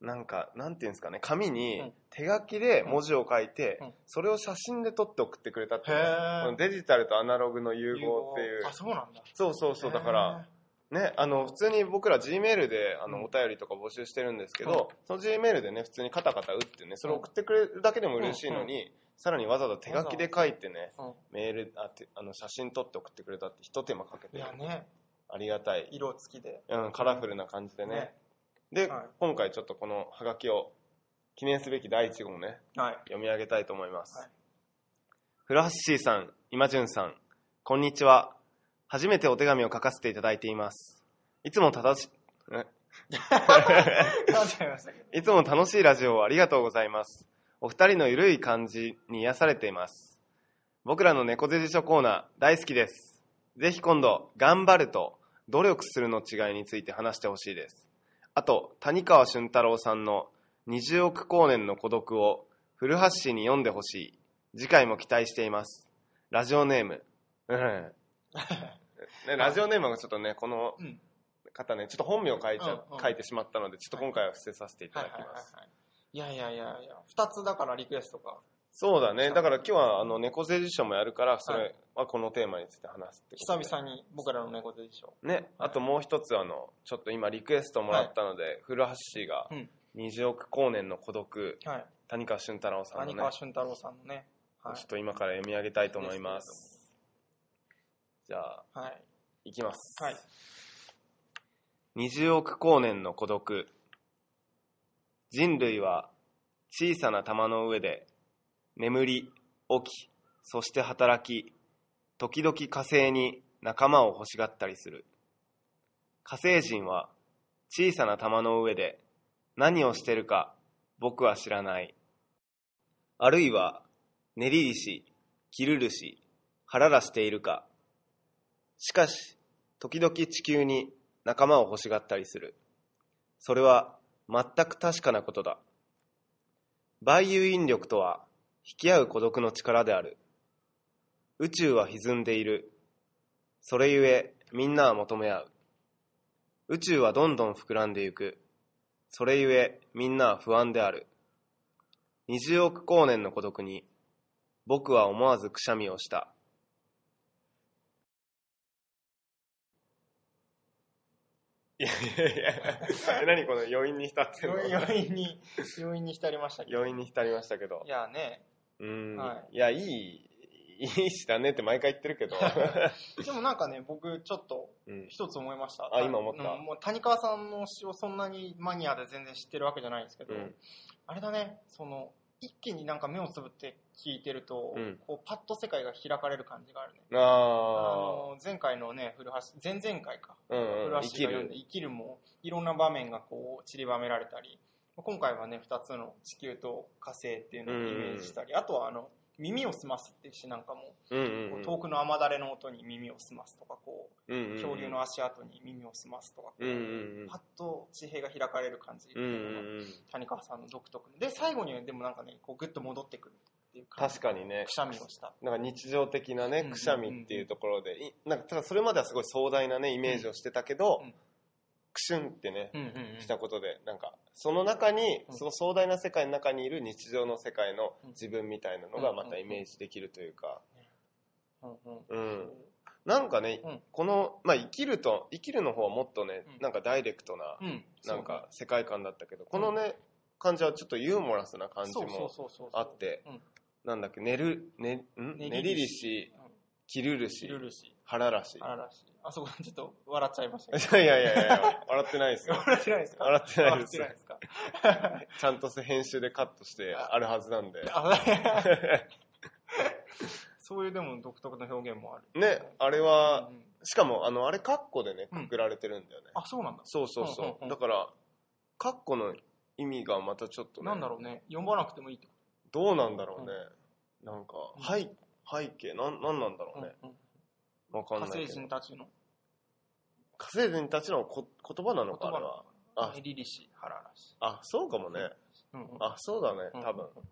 Speaker 2: なんか、なんていうんですかね、紙
Speaker 1: う
Speaker 2: に
Speaker 1: ん
Speaker 2: 手書きで文字を書いて
Speaker 1: うん、
Speaker 2: それを写真で撮って送ってくれたっていうね、
Speaker 1: へえ
Speaker 2: デジタルとアナログの融合っていう
Speaker 1: あ。そうなんだ
Speaker 2: そうそうそう、だから、ね、あの普通に僕ら G メールであ
Speaker 1: うん
Speaker 2: のお便りとか募集してるんですけど、その G メールでね普通にカタカタ打ってねそれ送ってくれるだけでも嬉しいのに、さらにわざわざ手書きで書いてね
Speaker 1: へー
Speaker 2: メールあてあの写真撮って送ってくれたってひと手間かけ
Speaker 1: うん、い
Speaker 2: て
Speaker 1: やね
Speaker 2: ありがたい、
Speaker 1: 色付きで
Speaker 2: うん、カラフルな感じでねで、
Speaker 1: はい
Speaker 2: 今回ちょっとこのハガキを記念すべき第1号をね
Speaker 1: はい
Speaker 2: 読み上げたいと思います、
Speaker 1: はい
Speaker 2: フラッシーさん今潤さんこんにちは初めてお手紙を書かせていただいていますいつも正しえ
Speaker 1: なっちゃいましたけど
Speaker 2: いつも楽しいラジオをありがとうございます。お二人のゆるい感じに癒されています。僕らの猫背辞書コーナー大好きです。ぜひ今度、頑張ると努力するの違いについて話してほしいです。あと、谷川俊太郎さんの20億光年の孤独を古橋氏に読んでほしい。次回も期待しています。ラジオネーム。 うん。ね、ラジオネームがちょっとね、この
Speaker 1: うん
Speaker 2: 方ね、ちょっと本名を書いちゃ
Speaker 1: うんうん
Speaker 2: 書いてしまったので、ちょっと今回は伏せさせていた
Speaker 1: は
Speaker 2: だ
Speaker 1: いはい
Speaker 2: き
Speaker 1: はい
Speaker 2: ます。
Speaker 1: はいいやいやいやいや二つだからリクエストが
Speaker 2: そうだね。だから今日はあの猫背辞書もやるから、そ
Speaker 1: は
Speaker 2: れはこのテーマについて話すってこと
Speaker 1: 久
Speaker 2: で。
Speaker 1: 々に僕らの猫でしょ
Speaker 2: ね。あともう一つあの、ちょっと今リクエストもらったので、古橋氏が
Speaker 1: うん
Speaker 2: 20億光年の孤独、
Speaker 1: はい
Speaker 2: 谷川俊太郎さんの
Speaker 1: 谷
Speaker 2: ね、
Speaker 1: 川俊太郎さんのねは
Speaker 2: ちょっと今から読み上げたいと思います。じゃあ、
Speaker 1: いはい
Speaker 2: いきます。
Speaker 1: はい
Speaker 2: 20億光年の孤独人類は小さな玉の上で眠り起きそして働き時々火星に仲間を欲しがったりする火星人は小さな玉の上で何をしてるか僕は知らないあるいは練りしキルるし腹らしているかしかし時々地球に仲間を欲しがったりするそれは全く確かなことだ万有引力とは引き合う孤独の力である宇宙は歪んでいるそれゆえみんなは求め合う宇宙はどんどん膨らんでゆくそれゆえみんなは不安である20億光年の孤独に僕は思わずくしゃみをしたいやいやいやえ何この余韻に浸ってるの
Speaker 1: 余韻に余韻に浸りましたけど
Speaker 2: 余韻に浸りましたけど
Speaker 1: いやね
Speaker 2: うん、、
Speaker 1: はい
Speaker 2: やい いいい詩だねって毎回言ってる けど、
Speaker 1: でもなんかね僕ちょっと
Speaker 2: うん、
Speaker 1: 一つ思いました
Speaker 2: あ今思った
Speaker 1: うんもう谷川さんの詩をそんなにマニアで全然知ってるわけじゃないんですけど、
Speaker 2: うん
Speaker 1: あれだねその一気になんか目をつぶって聞いてると、
Speaker 2: うん
Speaker 1: こうパッと世界が開かれる感じがあるねあ
Speaker 2: あ
Speaker 1: の前回のね古橋前々回か
Speaker 2: あ、うん
Speaker 1: 古
Speaker 2: うん、
Speaker 1: 橋が
Speaker 2: 生き
Speaker 1: 読ん
Speaker 2: る
Speaker 1: で「生きる」もいろんな場面がこう散りばめられたり今回はね2つの地球と火星っていうのをイメージしたり、あとはあの「耳を澄ます」っていう詩なんかも、
Speaker 2: うん
Speaker 1: こう遠くの雨だれの音に耳を澄ますとかこう
Speaker 2: うんうん、
Speaker 1: 恐竜の足跡に耳を澄ますとか、
Speaker 2: うんうんうん
Speaker 1: パッと地平が開かれる感じって
Speaker 2: うんう
Speaker 1: いうのが、
Speaker 2: んうん
Speaker 1: 谷川さんの独特ので最後にはでもなんかねこうグッと戻ってくるっていう感じ
Speaker 2: 確かにね
Speaker 1: くしゃみをした
Speaker 2: なんか日常的な
Speaker 1: うんうん
Speaker 2: ね
Speaker 1: うん
Speaker 2: くしゃみっていうところで、いなんかただそれまではすごい壮大なねイメージをしてたけど、
Speaker 1: うんうん
Speaker 2: クシュンってね
Speaker 1: うんうんうん
Speaker 2: したことでなんかその中に、
Speaker 1: うん
Speaker 2: その壮大な世界の中にいる日常の世界の
Speaker 1: うん
Speaker 2: 自分みたいなのがま
Speaker 1: うんうん
Speaker 2: た
Speaker 1: うん
Speaker 2: イメージできるというか、
Speaker 1: うんうん
Speaker 2: うん
Speaker 1: そう
Speaker 2: なんかね、
Speaker 1: うん
Speaker 2: この、まあ、生きると生きるの方はもっとね、
Speaker 1: うん
Speaker 2: なんかダイレクトな、
Speaker 1: うん
Speaker 2: なんか世界観だったけどこのね感じはちょっとユーモラスな感じ
Speaker 1: そうそう
Speaker 2: も
Speaker 1: そうそうそう
Speaker 2: あって
Speaker 1: うん
Speaker 2: なんだっけ寝るねん
Speaker 1: ねりりし
Speaker 2: 寝りりしきるるし
Speaker 1: ルルシ
Speaker 2: 腹らし
Speaker 1: あららしいあそこちょっと笑っちゃいましたけ
Speaker 2: いやいやいやいや笑ってない です
Speaker 1: ど
Speaker 2: よ
Speaker 1: 笑ってないですか
Speaker 2: 笑ってないです
Speaker 1: 笑ってか
Speaker 2: ちゃんと編集でカットしてあるはずなんで
Speaker 1: あそういうでも独特の表現もある
Speaker 2: ねあれは
Speaker 1: うんうん
Speaker 2: しかもあのあれカッコでね
Speaker 1: うん
Speaker 2: くくられてるんだよね
Speaker 1: あそうなんだ
Speaker 2: そうそう
Speaker 1: うんうん
Speaker 2: そ
Speaker 1: うん
Speaker 2: うだからカッコの意味がまたちょっとね
Speaker 1: なんだろうね読まなくてもいいってこ
Speaker 2: どうなんだろうねなんか
Speaker 1: うん
Speaker 2: 背背景なんなんなんだろ
Speaker 1: と
Speaker 2: うね
Speaker 1: うんうん
Speaker 2: わかん
Speaker 1: 火
Speaker 2: ないけど
Speaker 1: 星人たちの
Speaker 2: 火星人たちのこ言葉な
Speaker 1: 言
Speaker 2: の
Speaker 1: 葉
Speaker 2: かあ
Speaker 1: な
Speaker 2: れ
Speaker 1: の
Speaker 2: は
Speaker 1: か
Speaker 2: あ
Speaker 1: ねりりし腹らしい
Speaker 2: あそうかもね
Speaker 1: うんうん
Speaker 2: あそうだね多分
Speaker 1: うんうん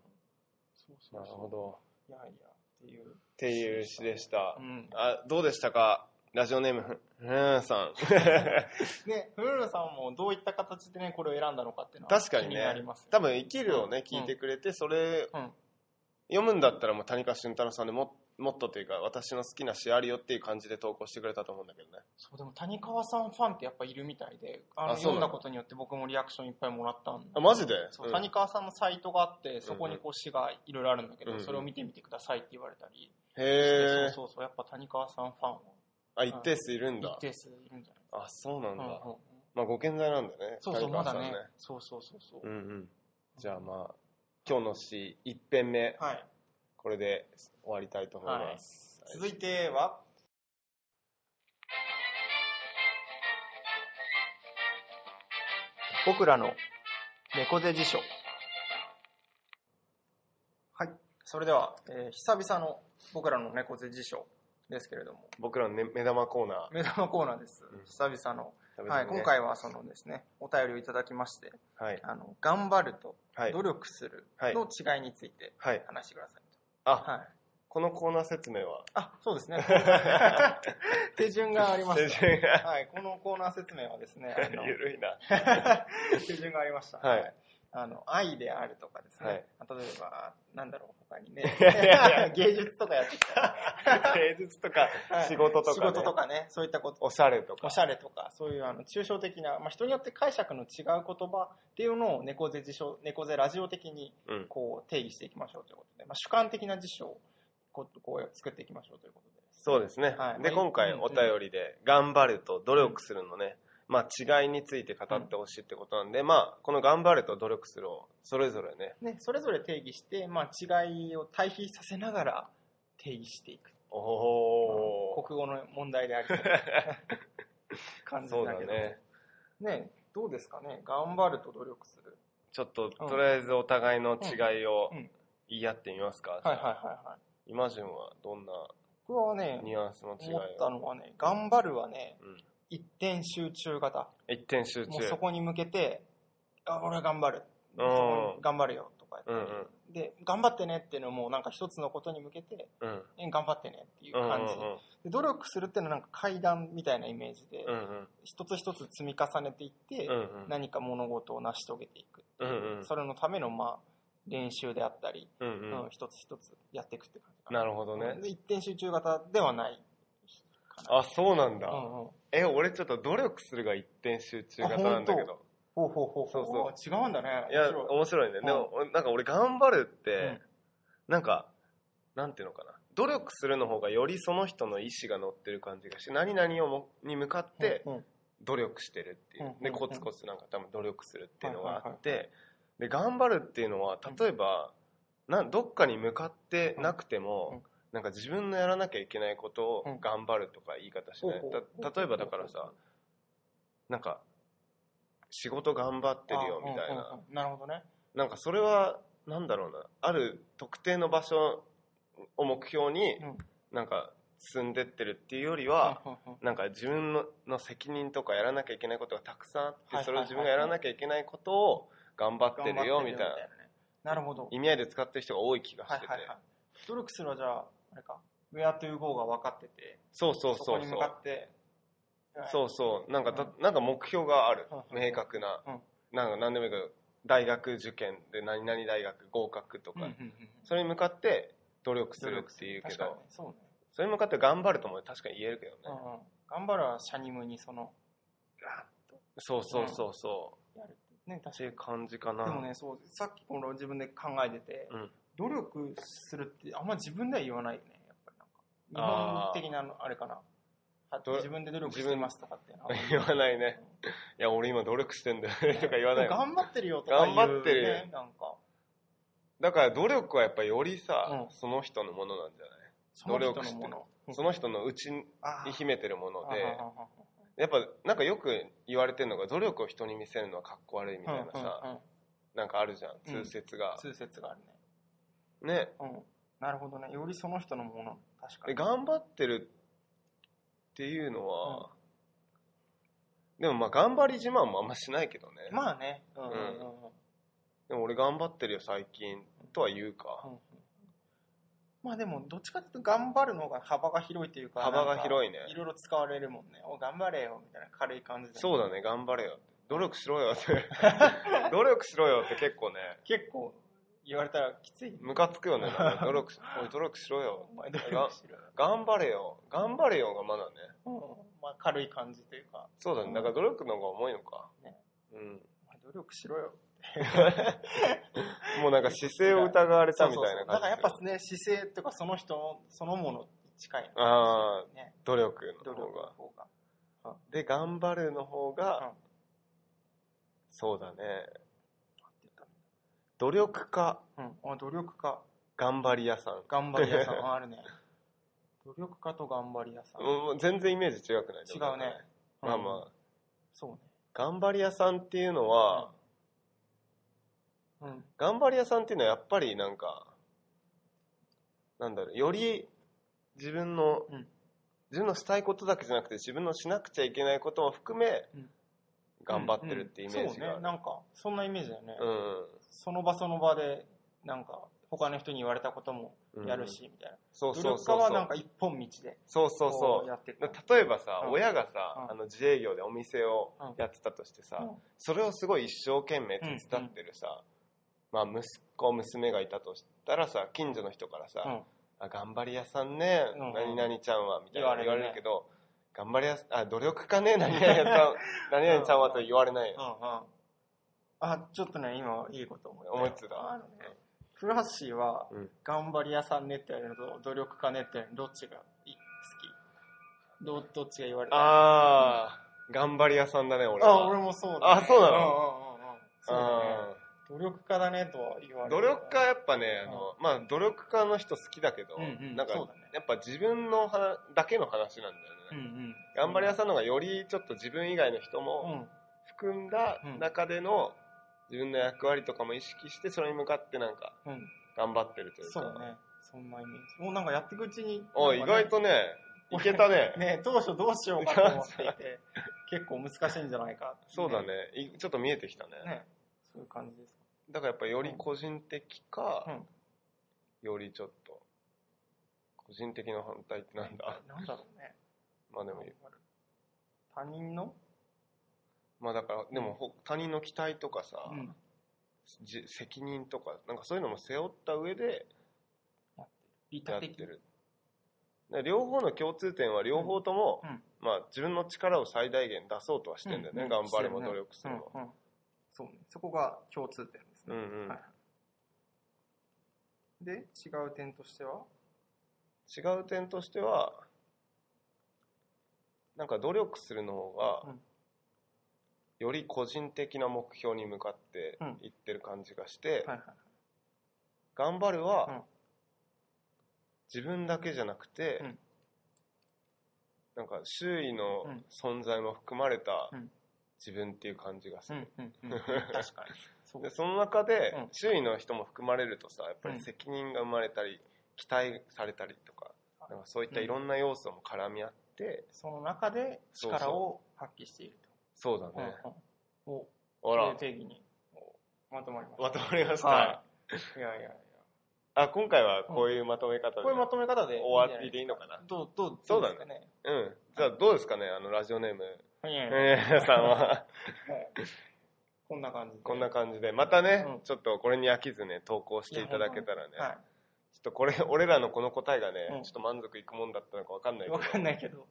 Speaker 1: そうそうそう
Speaker 2: ど
Speaker 1: いやいやっていう
Speaker 2: っていう詩でした
Speaker 1: うん
Speaker 2: あどうでしたかラジオネームふふーんさ ん
Speaker 1: ねフルルさんもどういった形でねこれを選んだのかっていうのは
Speaker 2: 確かに
Speaker 1: 気にな
Speaker 2: ね
Speaker 1: りますよ
Speaker 2: 多分「生きる」をね
Speaker 1: うん
Speaker 2: 聞いてくれてそれ
Speaker 1: うん
Speaker 2: 読むんだったらもう谷川俊太郎さんでももっとというか私の好きな詩あるよっていう感じで投稿してくれたと思うんだけどね
Speaker 1: そうでも谷川さんファンってやっぱいるみたいであの
Speaker 2: あそう
Speaker 1: 読ん
Speaker 2: なの
Speaker 1: だことによって僕もリアクションいっぱいもらったんで
Speaker 2: あマジで
Speaker 1: そう
Speaker 2: うん
Speaker 1: 谷川さんのサイトがあってそこにこう詩がいろいろあるんだけど、
Speaker 2: うんうん
Speaker 1: それを見てみてくださいって言われたり、
Speaker 2: へえ
Speaker 1: そうそうそうやっぱ谷川さんファンは
Speaker 2: あ一定数いるんだ
Speaker 1: 一定数いるんじゃ
Speaker 2: あそうなん
Speaker 1: な
Speaker 2: だ
Speaker 1: い、うんうんうん
Speaker 2: まあご健在なんだね
Speaker 1: そうそう
Speaker 2: 谷川
Speaker 1: まだ
Speaker 2: さん
Speaker 1: ねそうそうそうそう、
Speaker 2: うんうんじゃあまあ今日の詩一編目
Speaker 1: はい
Speaker 2: これで終わりたいと思います。はい
Speaker 1: 続いては僕らの猫背辞書はいそれでは、えー久々の僕らの猫背辞書ですけれども
Speaker 2: 僕らの、ね、目玉コーナ
Speaker 1: 目玉コーナーです、
Speaker 2: うん
Speaker 1: 久々の、
Speaker 2: ー、
Speaker 1: はい、今回はそのですねお便りをいただきまして
Speaker 2: はい
Speaker 1: あの頑張ると
Speaker 2: はい
Speaker 1: 努力する
Speaker 2: はい
Speaker 1: の違いについて
Speaker 2: はい
Speaker 1: 話してください
Speaker 2: あ、
Speaker 1: と、はい、
Speaker 2: このコーナー説明は
Speaker 1: あそうですね 手順があり ました
Speaker 2: 手順が
Speaker 1: はい、このコーナー説明はですね、あの
Speaker 2: 緩いな
Speaker 1: 手順がありました。
Speaker 2: はい。
Speaker 1: あの、愛であるとかですね。
Speaker 2: はい
Speaker 1: あ例えば、なんだろう、他にね
Speaker 2: いやいやいや。
Speaker 1: 芸術とかやってきたら、
Speaker 2: 芸術とか
Speaker 1: はい
Speaker 2: 仕事とかね
Speaker 1: 仕事とかね、そういったこと。
Speaker 2: おしゃれとか
Speaker 1: おしゃれとか、そういうあの抽象的な、まあ、人によって解釈の違う言葉っていうのを猫背辞書、猫背ラジオ的に
Speaker 2: うん
Speaker 1: こう定義していきましょうということで、まあ、主観的な辞書をこうこう作っていきましょうということで。
Speaker 2: そうですね、
Speaker 1: はい
Speaker 2: で
Speaker 1: まあ
Speaker 2: 今回
Speaker 1: うんうん
Speaker 2: お便りで「頑張る」と「努力する」のね、まあ、違いについて語ってほしいってことなんで、まあこの「頑張る」と「努力する」をそれぞれね
Speaker 1: ね、それぞれ定義して、まあ、違いを対比させながら定義していく。
Speaker 2: お
Speaker 1: まあ国語の問題 でありそうな感じ
Speaker 2: そう
Speaker 1: だ
Speaker 2: だ
Speaker 1: けど
Speaker 2: ね
Speaker 1: ねどうですかね頑張ると努力する
Speaker 2: ちょっととりあえずお互いの違いを
Speaker 1: うんうん
Speaker 2: 言い合ってみますか、
Speaker 1: はいはいはいはい
Speaker 2: イマジンはどんな
Speaker 1: 僕はね
Speaker 2: ニュアンスの違い
Speaker 1: 思
Speaker 2: を
Speaker 1: ったのはね頑張るはね
Speaker 2: うん
Speaker 1: 一点集中型
Speaker 2: 一点集中
Speaker 1: もうそこに向けてあ俺は頑張るそ
Speaker 2: うん
Speaker 1: こに頑張るよとか
Speaker 2: う
Speaker 1: 言
Speaker 2: ん
Speaker 1: っ
Speaker 2: う
Speaker 1: て、
Speaker 2: ん
Speaker 1: で頑張ってねっていうのもなんか一つのことに向けて
Speaker 2: うん
Speaker 1: え頑張ってねっていう
Speaker 2: うんうん
Speaker 1: 感じ、で努力するっていうのはなんか階段みたいなイメージで、
Speaker 2: うんうん
Speaker 1: 一つ一つ積み重ねていって、
Speaker 2: うんうん
Speaker 1: 何か物事を成し遂げていくっていう、
Speaker 2: うんうん
Speaker 1: それのための、まあ、練習であったり、
Speaker 2: うんうん
Speaker 1: うん一つ一つやっていくって感じかな
Speaker 2: なるほどね
Speaker 1: で一点集中型ではないか
Speaker 2: あ、そうなんだ。
Speaker 1: うんうん、
Speaker 2: え、俺ちょっと努力するが一点集中型なんだけど。
Speaker 1: ほうほうほうほ
Speaker 2: そうそう
Speaker 1: う違うんだね
Speaker 2: いや、
Speaker 1: 面白
Speaker 2: 面白いね。でも、なんか俺頑張るって、
Speaker 1: うん
Speaker 2: なんか、なんていうのかな。努力するの方がよりその人の意思が乗ってる感じがして、何々をもに向かって
Speaker 1: うんうん
Speaker 2: 努力してるっていう。
Speaker 1: うん
Speaker 2: で、
Speaker 1: うん
Speaker 2: コツコツなんか多分努力するっていうのがあっ
Speaker 1: は
Speaker 2: て、で、頑張るっていうのは、例えば、なんどっかに向かってなくて
Speaker 1: うん
Speaker 2: も、なんか自分のやらなきゃいけないことを
Speaker 1: うん
Speaker 2: 頑張るとか言い方しない
Speaker 1: ほうほ
Speaker 2: た
Speaker 1: う。
Speaker 2: 例えばだからさ、なんか、仕事頑張ってるよみたいな。
Speaker 1: あうんうんうんなるほどね
Speaker 2: なんかそれはなんだろうなある特定の場所を目標に
Speaker 1: うん
Speaker 2: なんか進んでってるっていうより
Speaker 1: あ
Speaker 2: は、なんか自分のの責任とかやらなきゃいけないことがたくさんあっ
Speaker 1: は
Speaker 2: て
Speaker 1: いはいはいはい
Speaker 2: それを自分がやらなきゃいけないことを頑張ってるよみたいな
Speaker 1: なるほど
Speaker 2: 意味合いで使ってる人が多い気が
Speaker 1: は
Speaker 2: し
Speaker 1: い
Speaker 2: てて
Speaker 1: はいはい努力するはじゃああれか「Where to go」が分かってて
Speaker 2: そうそう
Speaker 1: そ
Speaker 2: そ
Speaker 1: こ
Speaker 2: う
Speaker 1: に
Speaker 2: そ
Speaker 1: 向か
Speaker 2: う
Speaker 1: って
Speaker 2: そうそうなんかだなんか目標がある
Speaker 1: はいはい
Speaker 2: 明確な
Speaker 1: うん
Speaker 2: なんか何でもいいけど大学受験で何々大学合格と
Speaker 1: うんうん
Speaker 2: か
Speaker 1: うん
Speaker 2: それに向かって努力するっていうけ
Speaker 1: 確かに
Speaker 2: ど
Speaker 1: そうね
Speaker 2: それに向かって頑張るとも確かに言えるけどね、
Speaker 1: うんうん頑張るはシャニムにそのガ
Speaker 2: そうそうそうそ
Speaker 1: ーッやるってね
Speaker 2: う
Speaker 1: 確
Speaker 2: っていう感じかな
Speaker 1: かにでもねそうさっきこの自分で考えてて
Speaker 2: うん
Speaker 1: 努力するってあんま自分では言わないよねやっぱりなん
Speaker 2: あ
Speaker 1: か
Speaker 2: ー
Speaker 1: 日本的なのあれかなは
Speaker 2: ど
Speaker 1: 自分で努力してますとかっていうのは
Speaker 2: 言わない ねいや俺今努力してん だよねとか言わない
Speaker 1: でも
Speaker 2: よ
Speaker 1: 頑張ってるよとか言う、ね、
Speaker 2: 頑張ってるよ
Speaker 1: なんか
Speaker 2: だから努力はやっぱよりさ、
Speaker 1: うん
Speaker 2: その人のものなんじゃない
Speaker 1: その人のもの
Speaker 2: その人の内に
Speaker 1: あー
Speaker 2: 秘めてるもの
Speaker 1: あーあー
Speaker 2: で
Speaker 1: あー
Speaker 2: やっぱなんかよく言われてるのが努力を人に見せるのはかっこ悪いみたいなさ、
Speaker 1: うんうんうん
Speaker 2: なんかあるじゃん通説が、
Speaker 1: 通説があるね、
Speaker 2: ね
Speaker 1: うん、なるほどねよりその人のもの確か
Speaker 2: で
Speaker 1: に
Speaker 2: 頑張ってるっていうのは、でもまあ頑張り自慢もあんましないけどね、
Speaker 1: まあねうんうんうんうん
Speaker 2: でも俺頑張ってるよ最近とは言うか、
Speaker 1: うんまあでもどっちかというと頑張るの方が幅が広いというか
Speaker 2: 幅が
Speaker 1: い
Speaker 2: 広いね
Speaker 1: いろいろ使われるもんねお頑張れよみたいな軽い感じで
Speaker 2: そうだね頑張れよ努力しろ よって努力しろよって結構ね
Speaker 1: 結構言われたらきつい
Speaker 2: ムカつくよね なんか努力しおい努力しろよ
Speaker 1: お前努力しろよ
Speaker 2: 頑張れよ頑張れよがまだね
Speaker 1: うんまあ軽い感じというか
Speaker 2: そうだねだから努力の方が重いのか、
Speaker 1: ね
Speaker 2: う
Speaker 1: お前努力しろよ
Speaker 2: ん、もうなんか姿勢を疑われたみたいな感じ
Speaker 1: だからやっぱね姿勢とかその人のそのものに近い
Speaker 2: ああ
Speaker 1: ね
Speaker 2: 努力
Speaker 1: 努
Speaker 2: の方
Speaker 1: 力の
Speaker 2: が
Speaker 1: 方が
Speaker 2: で頑張るの方が、
Speaker 1: うん
Speaker 2: そうだね努力家
Speaker 1: うん、あ努力家
Speaker 2: 頑張り屋さん
Speaker 1: 頑張り屋さんある ね努力家と頑張り屋さん、
Speaker 2: もうもう全然イメージ違くない
Speaker 1: 違うね
Speaker 2: まあまあ
Speaker 1: そうね
Speaker 2: 頑張り屋さんっていうのは、
Speaker 1: うん
Speaker 2: 頑張り屋さんっていうのはやっぱりなんかなんだろうより自分の、
Speaker 1: うん
Speaker 2: 自分のしたいことだけじゃなくて自分のしなくちゃいけないことも含め、
Speaker 1: うん
Speaker 2: 頑張ってるってイメージ
Speaker 1: う
Speaker 2: があ
Speaker 1: んそうね
Speaker 2: る
Speaker 1: なんかそんなイメージだよね、
Speaker 2: う
Speaker 1: その場その場でなんか他の人に言われたことも
Speaker 2: んうん
Speaker 1: やるし、みたいな
Speaker 2: そう
Speaker 1: 努
Speaker 2: そう
Speaker 1: 力
Speaker 2: そ
Speaker 1: 家
Speaker 2: うそ
Speaker 1: はなん
Speaker 2: う
Speaker 1: か一本道で
Speaker 2: そうそう
Speaker 1: こ
Speaker 2: そう
Speaker 1: やっていく
Speaker 2: だ例えばさ、
Speaker 1: うん
Speaker 2: 親がさ、
Speaker 1: うん
Speaker 2: あの自営業でお店を
Speaker 1: うん
Speaker 2: やってたとしてさ、
Speaker 1: うん
Speaker 2: それをすごい一生懸命手伝ってるさ、まあ、息子娘がいたとしたらさ近所の人からさ「
Speaker 1: うん
Speaker 2: あ頑張り屋さんね、
Speaker 1: うん
Speaker 2: 何々ちゃんは」みたいな
Speaker 1: 言
Speaker 2: 言
Speaker 1: わ
Speaker 2: わ
Speaker 1: れるね
Speaker 2: れるけど「頑張り屋さんあ努力家 ね何々さん何々ちゃんは」と言われないよ、
Speaker 1: うんうんあちょっとね今いいこと思い
Speaker 2: 思いついた
Speaker 1: あのねクラッシーは
Speaker 2: うん
Speaker 1: 頑張り屋さんねって言われるのと努力家ねって言われるのどっちがい好きどどっちが言われた
Speaker 2: あー頑張り屋さんだね俺は
Speaker 1: あ俺もそうだ、ね、
Speaker 2: あそうなの
Speaker 1: うんうんうんうんそうだね
Speaker 2: うん
Speaker 1: 努力家だねとは言われる
Speaker 2: 努力家やっぱね、あのまあ努力家の人好きだけど、
Speaker 1: うんうん
Speaker 2: なんか、
Speaker 1: そうだね
Speaker 2: やっぱ自分の話だけの話なんだよね。
Speaker 1: うんうん
Speaker 2: 頑張り屋さんの方がよりちょっと自分以外の人
Speaker 1: う
Speaker 2: も
Speaker 1: ん
Speaker 2: 含んだ
Speaker 1: うん
Speaker 2: 中での自分の役割とかも意識してそれに向かってなんか
Speaker 1: うん
Speaker 2: 頑張ってるというか。
Speaker 1: そうだねそんなイメージもうなんかやっていくうちに
Speaker 2: おい、
Speaker 1: な
Speaker 2: 意
Speaker 1: ん
Speaker 2: 外と
Speaker 1: かね。
Speaker 2: ね、いけたね
Speaker 1: ね当初どうしようかと思っていて 結構難しいんじゃないかってい
Speaker 2: そうだねいちょっと見えてきたね。
Speaker 1: ねそういう感じです
Speaker 2: だからやっぱりより個人的か、
Speaker 1: うん
Speaker 2: よりちょっと、個人的な反対ってなんだ
Speaker 1: なんだろうね
Speaker 2: まあでも、
Speaker 1: 他人の、
Speaker 2: まあだから、でもほ他人の期待とかさ、
Speaker 1: うん
Speaker 2: じ責任とか、なんかそういうのも背負った上で
Speaker 1: 利他
Speaker 2: やっ
Speaker 1: 的
Speaker 2: てる。で両方の共通点は両方とも、
Speaker 1: うんうん
Speaker 2: まあ、自分の力を最大限出そうとはしてんだよね、
Speaker 1: うん
Speaker 2: 頑張れも努力す
Speaker 1: う
Speaker 2: る
Speaker 1: ん
Speaker 2: も、
Speaker 1: うんそうねそこが共通点です
Speaker 2: う
Speaker 1: ね、
Speaker 2: んうん
Speaker 1: はいで違う点としては
Speaker 2: 違う点としてはなんか努力するの方が、
Speaker 1: うん
Speaker 2: より個人的な目標に向かって
Speaker 1: うん
Speaker 2: いってる感じがして、
Speaker 1: はいはい
Speaker 2: 頑張るは、
Speaker 1: うん
Speaker 2: 自分だけじゃなくて、
Speaker 1: うん
Speaker 2: なんか周囲の
Speaker 1: うん
Speaker 2: 存在も含まれた
Speaker 1: うん
Speaker 2: 自分っていう感じがす
Speaker 1: う
Speaker 2: る、
Speaker 1: んうんうん、確かに そう
Speaker 2: でその中で
Speaker 1: うん
Speaker 2: 周囲の人も含まれるとさやっぱ
Speaker 1: う
Speaker 2: り
Speaker 1: ん
Speaker 2: 責任が生まれたり期待されたりとかなんかそういったいろんな要素も絡み合って、
Speaker 1: その中で
Speaker 2: そうそう
Speaker 1: 力を発揮している
Speaker 2: そうだ
Speaker 1: と、
Speaker 2: ね、
Speaker 1: うんうん、お
Speaker 2: ほら
Speaker 1: 定義におまとまりました
Speaker 2: まとまりました、
Speaker 1: はい、いやいやいや
Speaker 2: あ今回はこういうまとめ方
Speaker 1: こ
Speaker 2: で、
Speaker 1: ういうまとめ方で
Speaker 2: 終わりでいいのかな
Speaker 1: どうどう
Speaker 2: そうだね
Speaker 1: どですかね
Speaker 2: うんじゃあどうですかねあのラジオネーム
Speaker 1: はいはいはい
Speaker 2: えーさん は
Speaker 1: こんな感じで
Speaker 2: こんな感じでまたね、
Speaker 1: うん
Speaker 2: ちょっとこれに飽きずね投稿していただけたらね、
Speaker 1: は
Speaker 2: ちょっとこれ俺らのこの答えがね、
Speaker 1: うん
Speaker 2: ちょっと満足いくもんだったのかわかんないいけど
Speaker 1: わかんないけど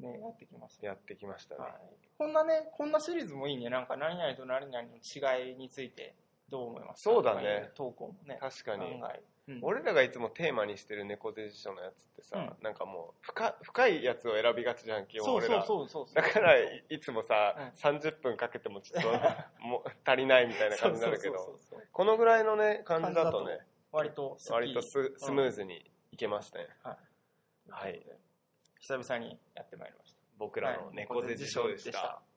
Speaker 1: ねやってきました
Speaker 2: やってきましたね、
Speaker 1: はい、こんなねこんなシリーズもいいねなんか何々と何々の違いについてどう思いますか
Speaker 2: そうだね
Speaker 1: とかいう投稿もね
Speaker 2: 確かに、
Speaker 1: 考え、うん
Speaker 2: 俺らがいつもテーマにしてる猫背辞書のやつってさ、
Speaker 1: う
Speaker 2: なんかもう深深いやつを選びがちじゃん基本
Speaker 1: そう
Speaker 2: 俺
Speaker 1: そう
Speaker 2: ら
Speaker 1: そうそうそう
Speaker 2: だからいいつもさ、30分かけてもちょっ ともう足りないみたいな
Speaker 1: そう
Speaker 2: 感じになるけど
Speaker 1: そうそうそう
Speaker 2: このぐらいのね感じだとね
Speaker 1: 割とスッキ
Speaker 2: 割
Speaker 1: リ
Speaker 2: とススムーズにいけますね、
Speaker 1: うん
Speaker 2: はい
Speaker 1: 久々にやってまいりました
Speaker 2: 僕らの猫背辞書でした、
Speaker 1: はい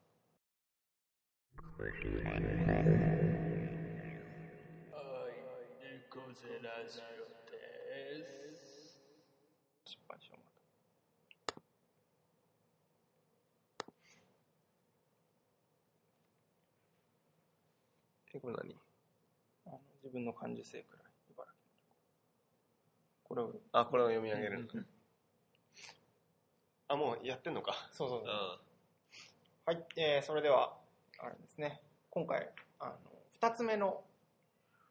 Speaker 1: 失敗しよう
Speaker 2: えこれ何
Speaker 1: あの自分の感受性くらい茨城これを
Speaker 2: あこれを読み上げるの、
Speaker 1: うんうん
Speaker 2: あもうやってんのか
Speaker 1: そうそう
Speaker 2: う
Speaker 1: そ
Speaker 2: ん
Speaker 1: う、はい、えーそれではあれですね今回あの2つ目の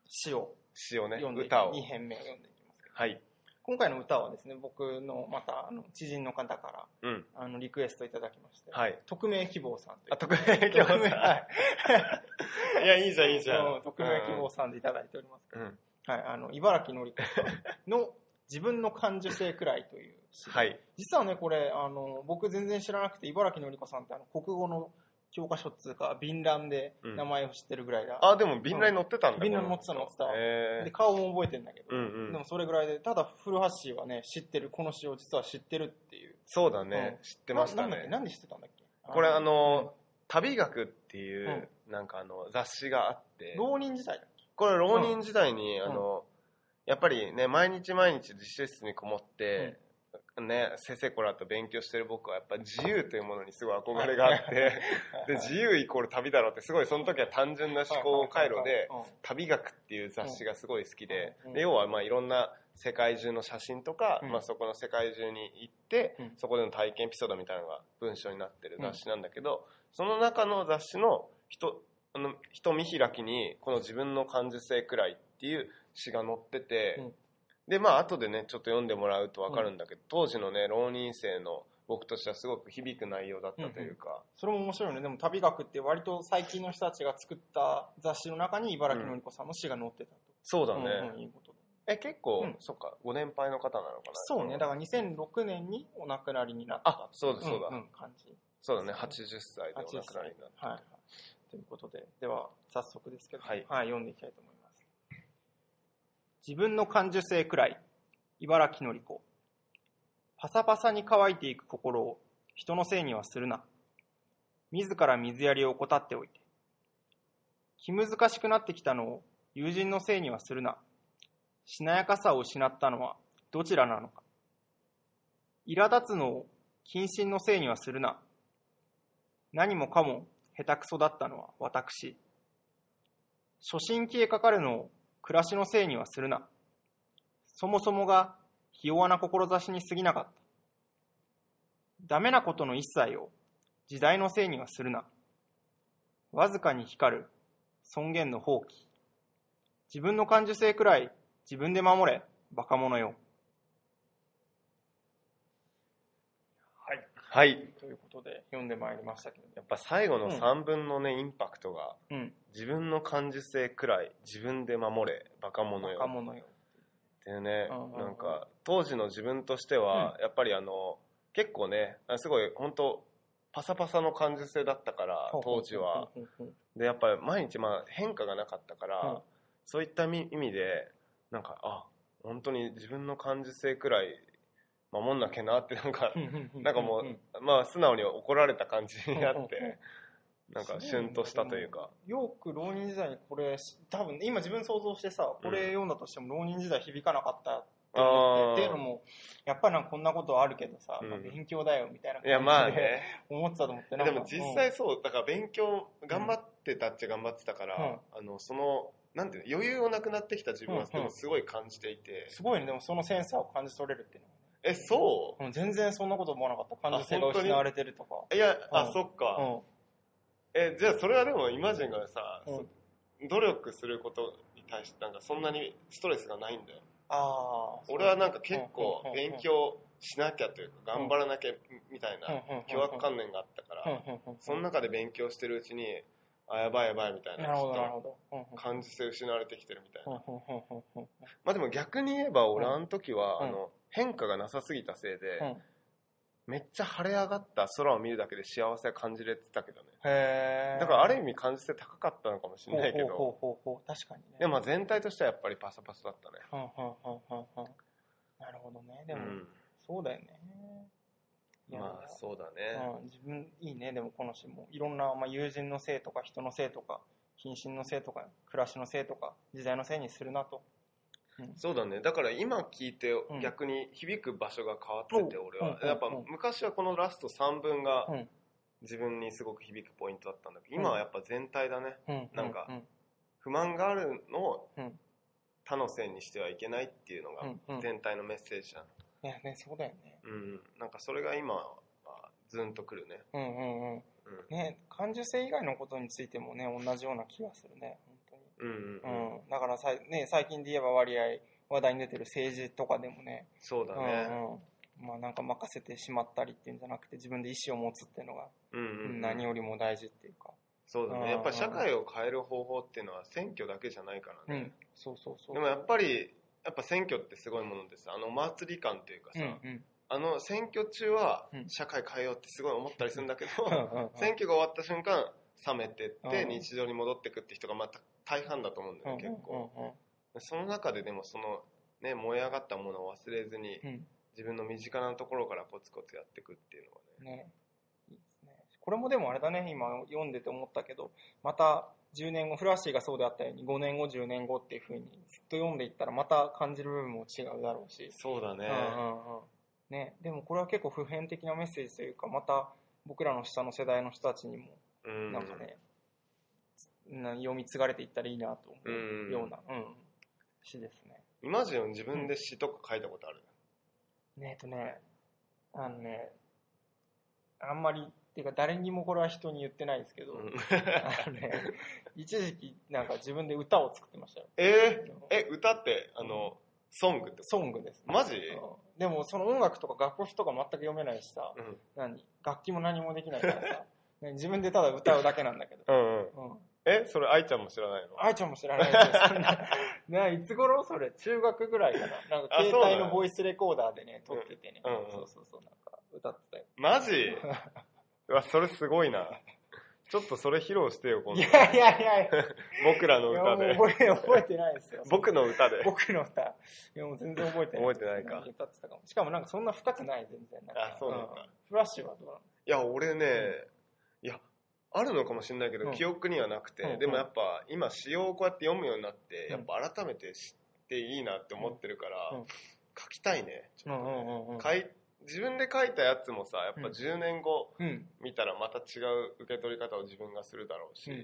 Speaker 1: 詩を
Speaker 2: 詩をね
Speaker 1: 読んでいき
Speaker 2: 歌を
Speaker 1: 2編目を読んでいきますけど
Speaker 2: はい
Speaker 1: 今回の歌はですね僕のまたあの知人の方から
Speaker 2: うん
Speaker 1: あのリクエストいただきまして、
Speaker 2: はい
Speaker 1: 匿名希望さんという
Speaker 2: あ特命希望さん
Speaker 1: 匿名はい
Speaker 2: いやいいじゃんいいじゃ
Speaker 1: うん
Speaker 2: ん
Speaker 1: 匿名希望さんでいただいております
Speaker 2: う
Speaker 1: けど、
Speaker 2: ん
Speaker 1: はい、あの茨城のりこさん の「自分の感受性くらい」という詩で
Speaker 2: はい
Speaker 1: 実はねこれあの僕全然知らなくて茨城のりこさんってあの国語の教科書っつうか便覧で名前を知ってるぐらいだ、
Speaker 2: あでも便覧乗ってたんだ
Speaker 1: 便覧乗ってた乗ってた
Speaker 2: へ
Speaker 1: で
Speaker 2: え
Speaker 1: 顔も覚えてんだけど、
Speaker 2: うんうん
Speaker 1: でもそれぐらいでただ古橋はね知ってるこの詩を実は知ってるっていう
Speaker 2: そうだね
Speaker 1: うん
Speaker 2: 知ってまし
Speaker 1: な
Speaker 2: た
Speaker 1: なんだっけ
Speaker 2: ね
Speaker 1: なんで知ってたんだっけ
Speaker 2: これあの旅学っていう
Speaker 1: う
Speaker 2: なんかあの雑誌があって
Speaker 1: 浪人時代だっけ
Speaker 2: これ浪人時代に
Speaker 1: うん
Speaker 2: あのやっぱりね毎日毎日自習室にこもってねせせこらと勉強してる僕はやっぱ自由というものにすごい憧れがあ ってで自由イコール旅だろうってすごいその時は単純な思考回路で
Speaker 1: うん
Speaker 2: 「旅学」っていう雑誌がすごい好きで,、
Speaker 1: うん
Speaker 2: で要はまあいろんな世界中の写真とか、
Speaker 1: うん
Speaker 2: まあ、そこの世界中に行って、
Speaker 1: うん
Speaker 2: そこでの体験エピソードみたいなのが文章になってる雑誌なんだけど、その中の雑誌の人あの人見開きにこの「自分の感受性くらい」っていう詩が載ってて、
Speaker 1: うん
Speaker 2: でまあ後でねちょっと読んでもらうと分かるんだけど、当時のね浪人生の僕としてはすごく響く内容だったというか、
Speaker 1: それも面白いねでも旅学って割と最近の人たちが作った雑誌の中に茨城のりこさんの詩が載ってたと、
Speaker 2: そうだね、
Speaker 1: うんうんいいこと
Speaker 2: え結構、
Speaker 1: うん
Speaker 2: そっかご年配の方なのかな
Speaker 1: そうねだから2006年にお亡くなりになった
Speaker 2: あそうだそうだ、
Speaker 1: んん感じ
Speaker 2: そうだね、80歳でお亡くなりになった。
Speaker 1: はい、はい、ということででは早速ですけど、
Speaker 2: はい
Speaker 1: 読んでいきたいと思います自分の感受性くらい茨城のり子パサパサに乾いていく心を人のせいにはするな自ら水やりを怠っておいて気難しくなってきたのを友人のせいにはするなしなやかさを失ったのはどちらなのか苛立つのを謹慎のせいにはするな何もかも下手くそだったのは私。初心期へかかるのを暮らしのせいにはするな。そもそもがひ弱な志に過ぎなかった。ダメなことの一切を時代のせいにはするな。わずかに光る尊厳の放棄。自分の感受性くらい自分で守れ、バカ者よ。
Speaker 2: はい。
Speaker 1: ということで読んでまいりましたけれど
Speaker 2: やっぱ最後の
Speaker 1: うん
Speaker 2: 3分のね、インパクトが、
Speaker 1: うん
Speaker 2: 自分の感受性くらい自分で守れバカ者よ
Speaker 1: 若者よ
Speaker 2: っていうね
Speaker 1: うんうんうん
Speaker 2: なんか当時の自分としてはやっぱりあの結構ねあすごい本当パサパサの感受性だったから当時は
Speaker 1: うんうんうん
Speaker 2: でやっぱり毎日まあ変化がなかったから、
Speaker 1: うん
Speaker 2: そういったみ意味でなんかあ本当に自分の感受性くらい守んなきゃなってなんか、
Speaker 1: うんう
Speaker 2: なんかもう
Speaker 1: う
Speaker 2: まあ素直に怒られた感じになって、
Speaker 1: うんうん
Speaker 2: なんかシュンとしたというか
Speaker 1: よく浪人時代にこれ多分今自分想像してさこれ読んだとしても浪人時代響かなかったって思ってっていうのもやっぱりなんかこんなことあるけどさ、
Speaker 2: うん
Speaker 1: まあ勉強だよみたいない
Speaker 2: やまあ
Speaker 1: 感じで
Speaker 2: ね
Speaker 1: 思ってたと思って
Speaker 2: でも実際そうだから勉強
Speaker 1: ん
Speaker 2: 頑張ってたっちゃ頑張ってたから、あのそのなんていうの余裕をなくなってきた自分は
Speaker 1: うん
Speaker 2: でもすごい感じていて、
Speaker 1: すごいねでもそのセンサーを感じ取れるっていうのはね
Speaker 2: えそ
Speaker 1: うん全然そんなこと思わなかった感受性が失われてるとか
Speaker 2: ういや、
Speaker 1: う
Speaker 2: あ
Speaker 1: ん
Speaker 2: そっか、
Speaker 1: うん
Speaker 2: えじゃあそれはでもイマジンがさ、
Speaker 1: うん
Speaker 2: 努力することに対してなんかそんなにストレスがないんだよ
Speaker 1: ああ
Speaker 2: 俺はなんか結構
Speaker 1: うんうんうんうん
Speaker 2: 勉強しなきゃというか
Speaker 1: う
Speaker 2: 頑
Speaker 1: ん
Speaker 2: 張らなきゃみたいな凶悪
Speaker 1: 念
Speaker 2: 観念があったからその
Speaker 1: な
Speaker 2: 中で勉強してるうちにあやばいやばいみたいな
Speaker 1: なるほ
Speaker 2: ちょっ
Speaker 1: ど
Speaker 2: と
Speaker 1: なるほどうんうん
Speaker 2: 感受性失われてきてるみたいな
Speaker 1: うんうんうんうん
Speaker 2: まあでも逆に言えば俺
Speaker 1: うん
Speaker 2: あの時は、
Speaker 1: うん
Speaker 2: あの変化がなさすぎたせいで、
Speaker 1: うん
Speaker 2: めっちゃ晴れ上がった空を見るだけで幸せは感じれてたけどね
Speaker 1: へえ
Speaker 2: だからある意味感じて高かったのかもしれないけど
Speaker 1: ほうほうほうほう確かにね
Speaker 2: でもまあ全体としてはやっぱりパサパサだったね
Speaker 1: うんうんうんうんうんなるほどねでも、
Speaker 2: うん
Speaker 1: そうだよねいや
Speaker 2: まあそうだね、
Speaker 1: うん、自分いいねでもこの詩もいろんな、まあ、友人のせいとか人のせいとか謹慎のせいとか暮らしのせいとか時代のせいにするなと、うん
Speaker 2: そうだねだから今聞いて
Speaker 1: ん
Speaker 2: 逆に響く場所が変わってて、
Speaker 1: うん
Speaker 2: 俺は、
Speaker 1: うん
Speaker 2: やっぱ
Speaker 1: うん
Speaker 2: 昔はこのラスト3分が
Speaker 1: うん
Speaker 2: 自分にすごく響くポイントだったんだけど今はやっぱ全体だね、
Speaker 1: うん、
Speaker 2: なんか
Speaker 1: うん
Speaker 2: 不満があるのを
Speaker 1: うん
Speaker 2: 他のせいにしてはいけないっていうの
Speaker 1: う
Speaker 2: が
Speaker 1: んうん
Speaker 2: 全体のメッセージじゃん、
Speaker 1: いやねそうだよね
Speaker 2: うん、なんかそれが今はズンとくるね、
Speaker 1: うんうんうん
Speaker 2: う
Speaker 1: ね感受性以外のことについてもね同じような気がするね本当に
Speaker 2: ん、うん
Speaker 1: う
Speaker 2: うんうん
Speaker 1: ん、だからさ、ね、最近で言えば割合話題に出てる政治とかでもね
Speaker 2: そうだね、
Speaker 1: うんうん、まあなんか任せてしまったりっていうんじゃなくて自分で意思を持つっていうのが
Speaker 2: うんうんうん
Speaker 1: 何よりも大事っていうか、
Speaker 2: そうだ
Speaker 1: うん
Speaker 2: ねやっぱり社会を変える方法っていうのは選挙だけじゃないから
Speaker 1: うん
Speaker 2: ね、
Speaker 1: そうそうそう
Speaker 2: でもやっぱりやっぱ選挙ってすごいものでさあの祭り感というかさ、
Speaker 1: うんうん
Speaker 2: あの選挙中は
Speaker 1: うん
Speaker 2: 社会変えようってすごい思ったりするんだけど、
Speaker 1: うんうんうん
Speaker 2: 選挙が終わった瞬間冷めてって
Speaker 1: うん
Speaker 2: 日常に戻ってくって人がまた大半だと思うんだよね、結構、その中ででもそのね燃え上がったものを忘れずに
Speaker 1: うんうんうん
Speaker 2: 自分の身近なところからコツコツやっていくっていうのは
Speaker 1: うんねいいですねこれもでもあれだね今読んでて思ったけどまた10年後フラッシーがそうであったように5年後10年後っていうふうにずっと読んでいったらまた感じる部分も違うだろうし
Speaker 2: ねそうだね
Speaker 1: うんうんうんね、でもこれは結構普遍的なメッセージというかまた僕らの下の世代の人たちにも
Speaker 2: うん
Speaker 1: なんかね、な読み継がれていったらいいなと思うような、うん詩ですね。
Speaker 2: イマジン自分で詩とか書いたことある、
Speaker 1: ねえっとねあのねあんまりっていうか誰にもこれは人に言ってないですけど、
Speaker 2: うん
Speaker 1: あのね、一時期なんか自分で歌を作ってましたよ。
Speaker 2: えー、え歌ってあのソングってこ
Speaker 1: ソングです、
Speaker 2: マジ
Speaker 1: うんでもその音楽とか楽譜とか全く読めないしさ、
Speaker 2: とうん
Speaker 1: 何楽器も何もできないからさ何自分でただ歌うだけなんだけど、
Speaker 2: うんうん
Speaker 1: うん、
Speaker 2: えそれ愛ちゃんも知らないの
Speaker 1: 愛ちゃんも知らないですそんな ないつ頃それ中学ぐらいかななんか
Speaker 2: あ
Speaker 1: 携
Speaker 2: そう
Speaker 1: 帯
Speaker 2: なの
Speaker 1: のボイスレコーダーでね撮っててね、
Speaker 2: うんうんうん
Speaker 1: そうそうそうなんか歌ってたよ
Speaker 2: マジうわそれすごいなちょっとそれ披露してよ今
Speaker 1: い
Speaker 2: 度
Speaker 1: やいやいやい
Speaker 2: 僕らの
Speaker 1: やいや
Speaker 2: 歌
Speaker 1: もう
Speaker 2: で
Speaker 1: 覚え覚えてないですよ
Speaker 2: 僕の歌で
Speaker 1: 僕の歌いやもう全然覚えてない
Speaker 2: 覚えてないか
Speaker 1: 歌ってたかもしかもなんかそんな深くない全然なんか
Speaker 2: あそうなんだ
Speaker 1: んフラッシュはどうなの
Speaker 2: いや俺ね、いやあるのかもしれないけど、
Speaker 1: うん
Speaker 2: 記憶にはなくて、
Speaker 1: うん
Speaker 2: でもやっぱ今詩をこうやって読むようになって、
Speaker 1: うん
Speaker 2: やっぱ改めて知っていいなって思ってるから、
Speaker 1: うんうん
Speaker 2: 書きたいねちょっとね
Speaker 1: うんうんうんうん
Speaker 2: 書い自分で書いたやつもさやっぱ
Speaker 1: うん
Speaker 2: 10年後
Speaker 1: うんうん
Speaker 2: 見たらまた違う受け取り方を自分がするだろうし、
Speaker 1: う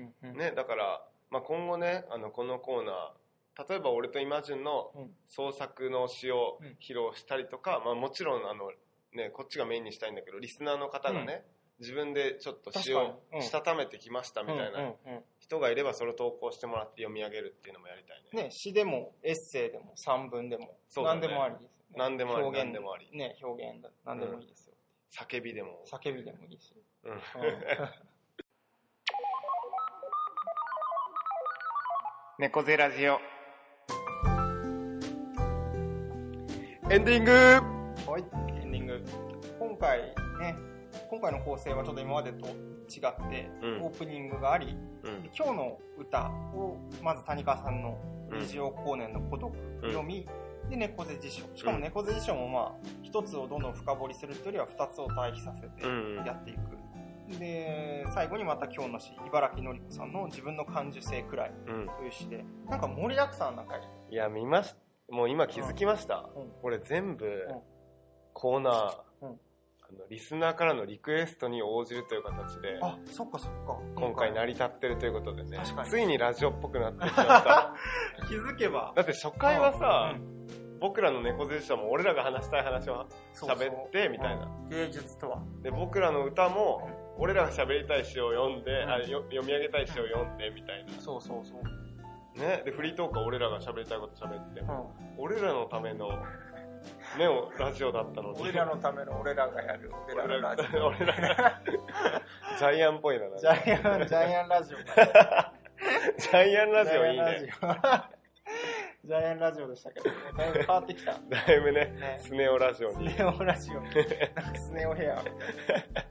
Speaker 1: んうんうん
Speaker 2: ね、だから、まあ、今後ねあのこのコーナー例えば俺とイマジンの
Speaker 1: うん
Speaker 2: 創作の詩を
Speaker 1: うん
Speaker 2: 披露したりとか、まあ、もちろんあの、ね、こっちがメインにしたいんだけどリスナーの方がね、自分でちょっと詩を
Speaker 1: 確かにうん
Speaker 2: したためてきましたみたい
Speaker 1: うん
Speaker 2: な
Speaker 1: うんうん
Speaker 2: 人がいればそれを投稿してもらって読み上げるっていうのもやりたいね
Speaker 1: ね、詩でもエッセイでも散文でも、
Speaker 2: そうだね
Speaker 1: 何でもありですよね。
Speaker 2: 何でもあり
Speaker 1: 表現
Speaker 2: 何でもあり
Speaker 1: ね、表現だ。何でもいいですよ。
Speaker 2: 叫びでも。
Speaker 1: 叫びでもいいし。
Speaker 2: うん
Speaker 3: 猫背ラジオ。
Speaker 2: エンディング
Speaker 1: はい、エンディング。今回ね、今回の構成はちょっと今までと違って、
Speaker 2: うん
Speaker 1: オープニングがあり、
Speaker 2: うん。
Speaker 1: 今日の歌をまず谷川さんの
Speaker 2: うん
Speaker 1: 二次王光年の孤独
Speaker 2: うん
Speaker 1: 読み、で猫背辞書。しかも
Speaker 2: うん
Speaker 1: 猫背辞書もまあ、一つをどんどん深掘りするというよりは二つを対比させて
Speaker 2: うんうん
Speaker 1: やっていく。で、最後にまた今日の詩、茨城のり子さんの自分の感受性くらい
Speaker 2: うん。
Speaker 1: という詩で、なんか盛りだくさんな回。
Speaker 2: いや、見ましもう今気づきました。
Speaker 1: うん
Speaker 2: これ全部、
Speaker 1: ん
Speaker 2: コーナー、
Speaker 1: うん
Speaker 2: あの、リスナーからのリクエストに応じるという形で、
Speaker 1: あ、そっかそっか。
Speaker 2: 今回成り立ってるということでね
Speaker 1: 確か、に
Speaker 2: ついにラジオっぽくなってきました。
Speaker 1: 気づけば。
Speaker 2: だって初回はさ
Speaker 1: う、
Speaker 2: 僕らの猫背社も俺らが話したい話を
Speaker 1: そうそう
Speaker 2: 喋って、みたいな。
Speaker 1: 芸術とは。
Speaker 2: で、僕らの歌も、俺らが喋りたい詩を読んで、
Speaker 1: ん
Speaker 2: あよ読み上げたい詩を読んで、みたい
Speaker 1: そうそうそう。
Speaker 2: な。ね。で、フリートークは俺らが喋りたいこと喋って、
Speaker 1: う
Speaker 2: 俺らのための、ね、おラジオだったの
Speaker 1: ん、
Speaker 2: に。
Speaker 1: 俺らのための俺らがやる俺らのラジ オ。
Speaker 2: 俺ら がジャイアンっぽいな。なんか
Speaker 1: ジャイアン、ジャイアンラジオ。
Speaker 2: ジャイアンラジオいい
Speaker 1: ジャイアンラジ
Speaker 2: ね。
Speaker 1: オ。ジャイアンラジオでしたけどね、だいぶ変わって きた。
Speaker 2: だいぶね、
Speaker 1: ね、
Speaker 2: スネオラジオ
Speaker 1: ス
Speaker 2: に。
Speaker 1: ネオラジオ。なんかスネオヘアみたいな。いやいや、本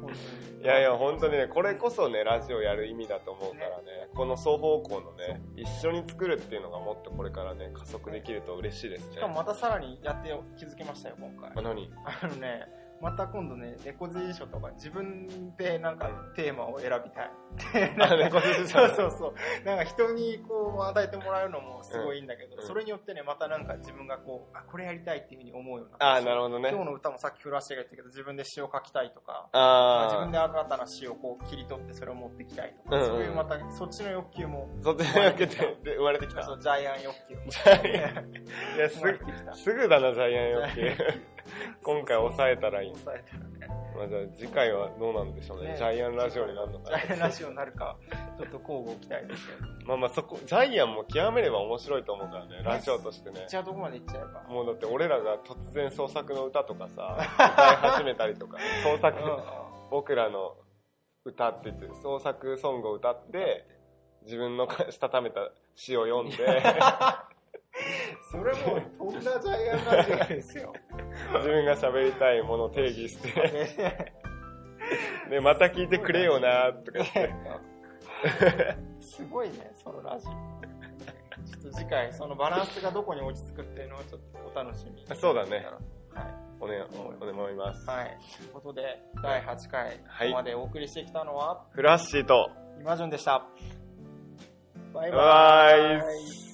Speaker 1: 当に。
Speaker 2: いやいや、本当にね、これこそね、ラジオやる意味だと思うからね、この双方向のね、一緒に作るっていうのがもっとこれからね、加速できると嬉しいですね。
Speaker 1: しかもまたさらにやって気づきましたよ、今回
Speaker 2: あ。何
Speaker 1: あのね、また今度ね、猫背辞書とか自分でなんかテーマを選びたい。で
Speaker 2: あ、
Speaker 1: なん
Speaker 2: 猫
Speaker 1: か
Speaker 2: 背じ
Speaker 1: そ
Speaker 2: ゃ。
Speaker 1: うんそうそう。なんか人にこう与えてもらうのもすごいいいんだけど、
Speaker 2: うん
Speaker 1: それによってね、またなんか自分がこう、あ、これやりたいっていうふうに思うようにな
Speaker 2: あ、
Speaker 1: って
Speaker 2: なるほどね。
Speaker 1: 今日の歌もさっきフラッシュが言ったけど、自分で詩を書きたいとか、まあ自
Speaker 2: あ
Speaker 1: 分で新たな詩をこう切り取ってそれを持ってきたいとか、
Speaker 2: うんうん
Speaker 1: そういうまた、そっちの欲求も、
Speaker 2: ー、そっちに受けて、で生まれてきた。
Speaker 1: そうジャイアン欲求 も。
Speaker 2: ジャイアいや、す
Speaker 1: 生まれてきた
Speaker 2: ぐ、すぐだな、ジャイアンよっていう。今回抑えたらいい
Speaker 1: 抑えたらね。
Speaker 2: まあじゃあ次回はどうなんでしょうね。
Speaker 1: ね
Speaker 2: ジャイアンラジオになるのか
Speaker 1: ジ
Speaker 2: な。
Speaker 1: ャイアンラジオになるか、ちょっと交互期待ですけど。
Speaker 2: まあまあそこ、ジャイアンも極めれば面白いと思うからね、ラジオとしてね。
Speaker 1: じゃあどこまで行っちゃえば。
Speaker 2: もうだって俺らが突然創作の歌とか さ、歌い始めたりとか、創作、僕らの歌って言って、創作ソングを歌って、自分のかしたためた詩を読んで、
Speaker 1: それも、飛んだジャイアンラジオです よ。
Speaker 2: 自分が喋りたいものを定義して、
Speaker 1: ね
Speaker 2: で、また聞いてくれよなとか言って、
Speaker 1: すごいね、そのラジオ。ちょっと次回、そのバランスがどこに落ち着くっていうのをちょっとお楽しみに。
Speaker 2: そうだね
Speaker 1: はい。
Speaker 2: お願い、お願いします。
Speaker 1: はい。ということで、第8回、こ
Speaker 2: はい
Speaker 1: こまでお送りしてきたのは、
Speaker 2: フラッシーと、
Speaker 1: イマジュンでした。バイバ
Speaker 2: バイ
Speaker 1: ーイ